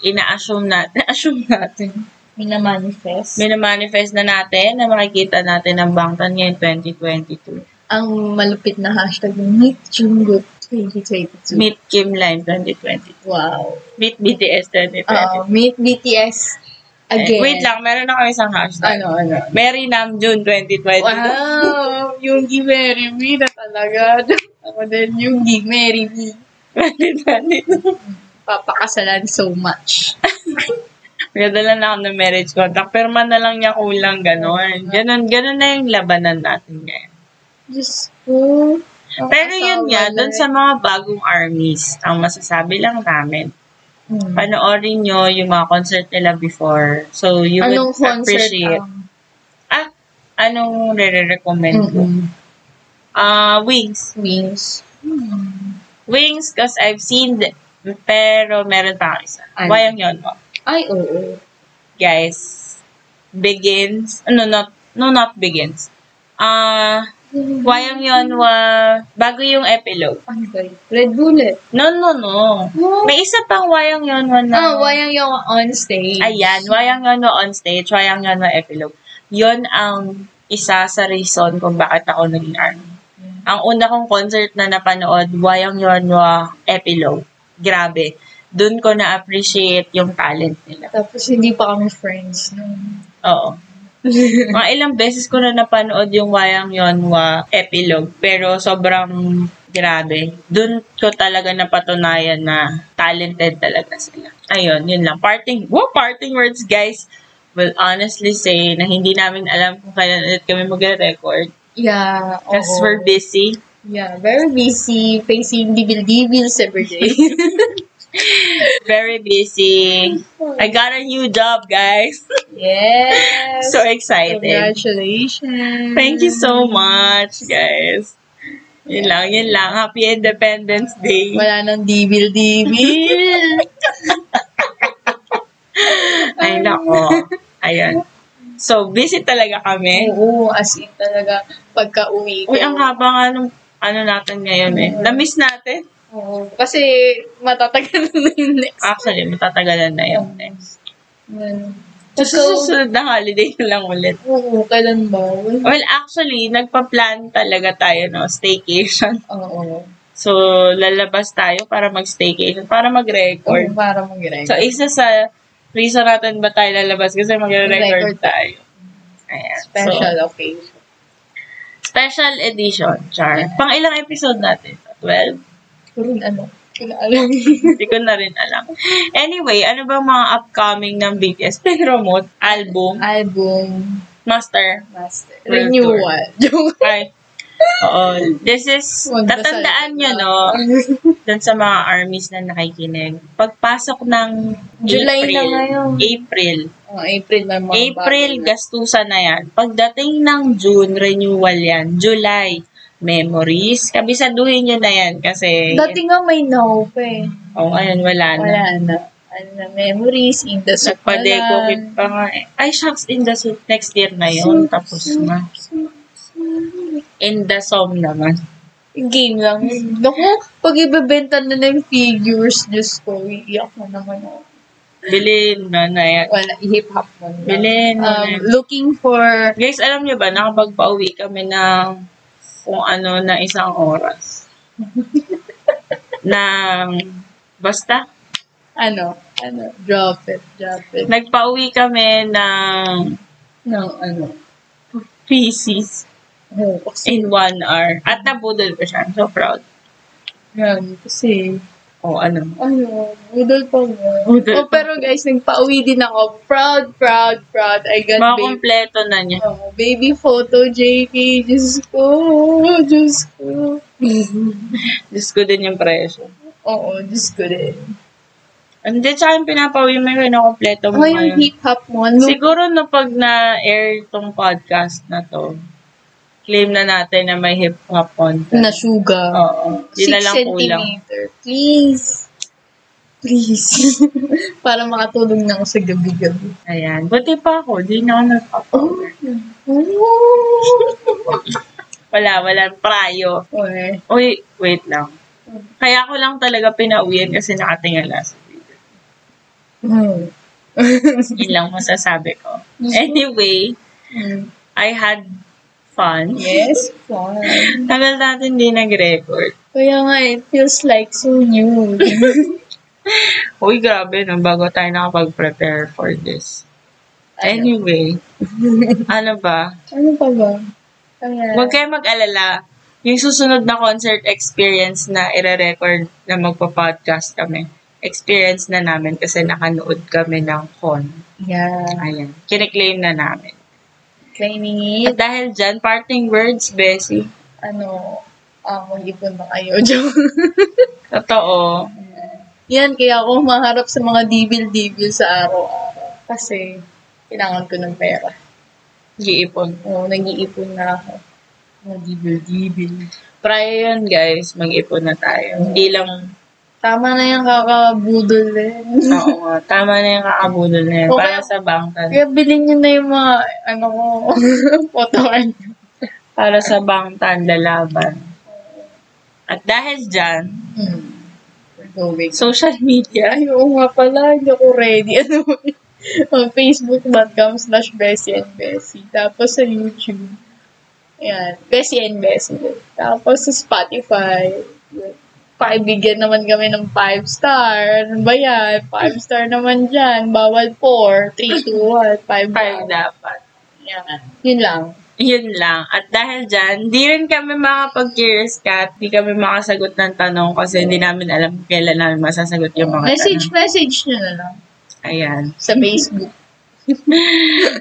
Speaker 1: ina-assume (laughs) natin, assume natin.
Speaker 2: Minamanifest.
Speaker 1: Minamanifest na natin na makikita natin ang Bangtan ngayon 2022.
Speaker 2: Ang malupit na hashtag yung Meet Jungkook 2022.
Speaker 1: Meet Kim Lime 2022.
Speaker 2: Wow.
Speaker 1: Meet BTS 2022.
Speaker 2: Uh, meet BTS Ah, again.
Speaker 1: Wait lang, meron na kami isang hashtag.
Speaker 2: Ano, ano?
Speaker 1: Mary Namjoon 2022.
Speaker 2: Wow! Yungi Mary Me na talaga. Ako din, Yungi Mary Me.
Speaker 1: (laughs) 2022.
Speaker 2: Papakasalan so much.
Speaker 1: Nagdala na ako ng marriage contract. Pirma na lang niya kulang, gano'n. Ganon, ganon na yung labanan natin ngayon.
Speaker 2: Diyos ko. Ang
Speaker 1: Pero yun
Speaker 2: asawa
Speaker 1: nga,
Speaker 2: na
Speaker 1: dun
Speaker 2: rin.
Speaker 1: sa mga bagong armies, ang masasabi lang namin,
Speaker 2: Hmm.
Speaker 1: panoorin nyo yung mga concert nila before. So, you
Speaker 2: Anong
Speaker 1: would
Speaker 2: concert
Speaker 1: appreciate.
Speaker 2: ang...
Speaker 1: Ah, anong re-recommend ko?
Speaker 2: Mm-mm.
Speaker 1: Ah, Wings.
Speaker 2: Wings. Hmm.
Speaker 1: Wings, cause I've seen them. Pero meron pa akong isa.
Speaker 2: Ano?
Speaker 1: Wayang yun mo.
Speaker 2: Ay, oo.
Speaker 1: Guys, begins. No, not, no, not begins. Ah, wayang yun wa bago yung epilogue.
Speaker 2: Ano ba yun? Red Bullet.
Speaker 1: No, no, no.
Speaker 2: No.
Speaker 1: May isa pang wayang yun wa na.
Speaker 2: Ah, wayang yung on stage.
Speaker 1: Ayan, wayang yun wa on stage, wayang yun wa epilogue. Yun ang isa sa reason kung bakit ako naging army. Ang una kong concert na napanood, Wayang Yonwa Epilogue. Grabe. Doon ko na-appreciate yung talent nila.
Speaker 2: Tapos hindi pa kami friends. nun. (laughs)
Speaker 1: Oo. Mga ilang beses ko na napanood yung Wayang Yonwa Epilogue. Pero sobrang grabe. Doon ko talaga napatunayan na talented talaga sila. Ayun, yun lang. Parting, wow, parting words, guys. Will honestly say na hindi namin alam kung kailan ulit kami magre-record.
Speaker 2: Yeah, oo.
Speaker 1: Because we're busy.
Speaker 2: Yeah, very busy facing dibil-dibils
Speaker 1: (laughs)
Speaker 2: every day.
Speaker 1: Very busy. I got a new job, guys.
Speaker 2: yes!
Speaker 1: so excited.
Speaker 2: Congratulations!
Speaker 1: Thank you so much, guys. Yun lang, yun lang. Happy Independence Day.
Speaker 2: Wala nang
Speaker 1: (laughs)
Speaker 2: dibil-dibil.
Speaker 1: Ay, nako. Ayan. So, busy talaga kami.
Speaker 2: Oo, as in talaga, pagka uwi ko.
Speaker 1: Uy, ang haba nga nung ano natin ngayon eh. Namiss natin.
Speaker 2: Oo, kasi matatagal na yung next.
Speaker 1: Actually, matatagalan na yun. Eh.
Speaker 2: Yun.
Speaker 1: Tapos
Speaker 2: So,
Speaker 1: susunod na holiday na lang ulit.
Speaker 2: oo, kailan ba? Wala.
Speaker 1: Well, actually, nagpa-plan talaga tayo, no? Staycation.
Speaker 2: Oo.
Speaker 1: So, lalabas tayo para mag-staycation, para
Speaker 2: Or
Speaker 1: mag-record.
Speaker 2: para mag-record.
Speaker 1: So, isa sa reason natin ba tayo lalabas kasi mag-record
Speaker 2: Record.
Speaker 1: tayo. Ayan.
Speaker 2: Special
Speaker 1: So,
Speaker 2: occasion.
Speaker 1: special edition, Char. Pang ilang episode natin? 12?
Speaker 2: Pero ano, kung alam.
Speaker 1: (laughs)
Speaker 2: (laughs)
Speaker 1: Hindi ko na rin alam. Anyway, ano ba mga upcoming ng (laughs) BTS? Pinromote, album,
Speaker 2: Album,
Speaker 1: master.
Speaker 2: master.
Speaker 1: World
Speaker 2: Renewal. (laughs) Joke.
Speaker 1: Ay, oo. This is,
Speaker 2: Huwag dasal.
Speaker 1: tatandaan nyo,
Speaker 2: (laughs)
Speaker 1: no? Doon sa mga armies na nakikinig. Pagpasok ng
Speaker 2: July
Speaker 1: April,
Speaker 2: na ngayon.
Speaker 1: April,
Speaker 2: Oh, April na mga
Speaker 1: April,
Speaker 2: bago na.
Speaker 1: gastusan na yan. Pagdating ng June, renewal yan. July, memories. Kabisaduhin nyo na yan kasi...
Speaker 2: Dati nga may now pa eh.
Speaker 1: oh, ayun, wala na.
Speaker 2: Wala na. Ano na, memories, in the soup na
Speaker 1: Nagpadeko kit
Speaker 2: lang.
Speaker 1: pa nga eh. Ay, shucks, in the soup. Next year na yun. Tapos na. In the som naman.
Speaker 2: Game lang. Naku, pag ibebenta na ng figures, Diyos ko, iiyak na naman ako.
Speaker 1: Bilin na na yan.
Speaker 2: Wala, hip-hop mo na.
Speaker 1: Bilin na na
Speaker 2: Um,
Speaker 1: yan.
Speaker 2: looking for,
Speaker 1: Guys, alam nyo ba, nakapagpauwi kami ng kung ano na
Speaker 2: (laughs)
Speaker 1: isang oras. ng basta,
Speaker 2: ano, ano, drop it, drop it.
Speaker 1: Nagpauwi kami ng
Speaker 2: No, ano.
Speaker 1: feces
Speaker 2: Oh, kasi,
Speaker 1: in one hour. At nabudol ko siya. I'm so proud.
Speaker 2: yan, kasi,
Speaker 1: O ano.
Speaker 3: Ano, budol pa mo.
Speaker 1: Budol.
Speaker 2: Oh, pero guys, nagpa-uwi din ako. Proud, proud, proud. I got
Speaker 1: Mga
Speaker 2: baby.
Speaker 1: kompleto na niya.
Speaker 2: Oh, baby photo, JK. Diyos ko. Diyos ko.
Speaker 1: Diyos ko din yung presyo.
Speaker 2: Oo, Diyos ko rin.
Speaker 1: Hindi, tsaka yung pinapauwi mo Ano yun, kompleto mo
Speaker 2: Ako yung
Speaker 1: ngayon.
Speaker 2: hip-hop mo. Ano?
Speaker 1: Siguro no pag na-air tong podcast na to, claim na natin na may hip-hop
Speaker 2: na
Speaker 1: content.
Speaker 2: suga.
Speaker 1: Oo. Oh, Yun na
Speaker 2: 6
Speaker 1: lang kulang.
Speaker 2: centimeter. Please. Please. (laughs) Para makatulog na ako sa
Speaker 1: (laughs)
Speaker 2: gabi-gabi.
Speaker 1: Ayan. Buti pa ako. Di na ako nag-upload. Wala, wala. Prayo.
Speaker 2: Okay.
Speaker 1: Uy, wait lang. Kaya ko lang talaga pinauwian kasi nakatingala sa video.
Speaker 2: Hmm.
Speaker 1: Yun lang masasabi ko. Anyway, I had fun.
Speaker 2: Hmm. Yes, fun.
Speaker 1: Tagal natin di nag-record.
Speaker 2: Kaya nga, eh, it feels like so new.
Speaker 1: Uy, grabe no, bago tayo nakapag-prepare for this. Anyway, ano ba?
Speaker 2: ano pa ba? Kaya,
Speaker 1: Huwag kayo mag-alala. Yung susunod na concert experience na ire-record na magpa-podcast kami, experience na namin kasi nakanood kami ng con.
Speaker 2: yeah.
Speaker 1: Ayan. Kiniklaim na namin.
Speaker 2: Claiming
Speaker 1: At
Speaker 2: it,
Speaker 1: dahil dyan, parting words, Bessie.
Speaker 2: ano, ah, mag-ipon na kayo. (laughs) Joke.
Speaker 1: Totoo.
Speaker 2: Yan, kaya ako maharap sa mga dibil-dibil sa araw-araw. Kasi, kailangan ko ng pera.
Speaker 1: Giipon.
Speaker 2: Oo, nag-iipon na ako. Mga dibil-dibil.
Speaker 1: Try yun, guys. Mag-ipon na tayo. Hindi lang,
Speaker 2: Tama na yung kakabudol din.
Speaker 1: (laughs) oo
Speaker 2: (laughs)
Speaker 1: nga. Tama na yung kakabudol na yun.
Speaker 2: Okay.
Speaker 1: Para sa bangtan.
Speaker 2: Kaya bilhin nyo na yung mga, ano ko, (laughs) potoan.
Speaker 1: Para sa bangtan, lalaban. At dahil dyan,
Speaker 2: Hmm. We're going.
Speaker 1: social media.
Speaker 2: Ay, oo nga pala, hindi ako ready. (laughs) Ano ba yun? Ang facebook.com slash Bessie and Bessie. Tapos sa YouTube. Ayan, Bessie and Bessie. Tapos sa Spotify. Paibigyan naman kami ng 5 star. Ano ba yan? 5 star naman dyan. Bawal 4, 3, 2, 1, 5
Speaker 1: Five dapat.
Speaker 2: Yan. Yun lang.
Speaker 1: Yun lang. At dahil dyan, di rin kami makapag-curious cat. Di kami makasagot ng tanong kasi hindi namin alam kung kailan namin masasagot yung mga
Speaker 2: Message,
Speaker 1: tanong.
Speaker 2: message nyo na lang.
Speaker 1: Ayan.
Speaker 2: Sa Facebook.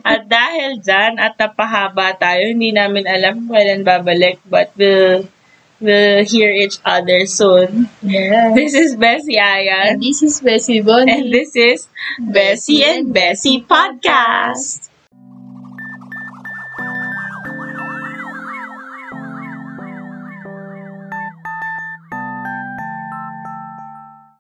Speaker 1: At dahil dyan, at napahaba tayo, hindi namin alam kung kailan babalik, but we'll, we'll hear each other soon.
Speaker 2: Yeah.
Speaker 1: This is Bessie
Speaker 2: And
Speaker 1: Ayan,
Speaker 2: this is Bessie Bonnie.
Speaker 1: and this is Bessie and Bessie Podcast.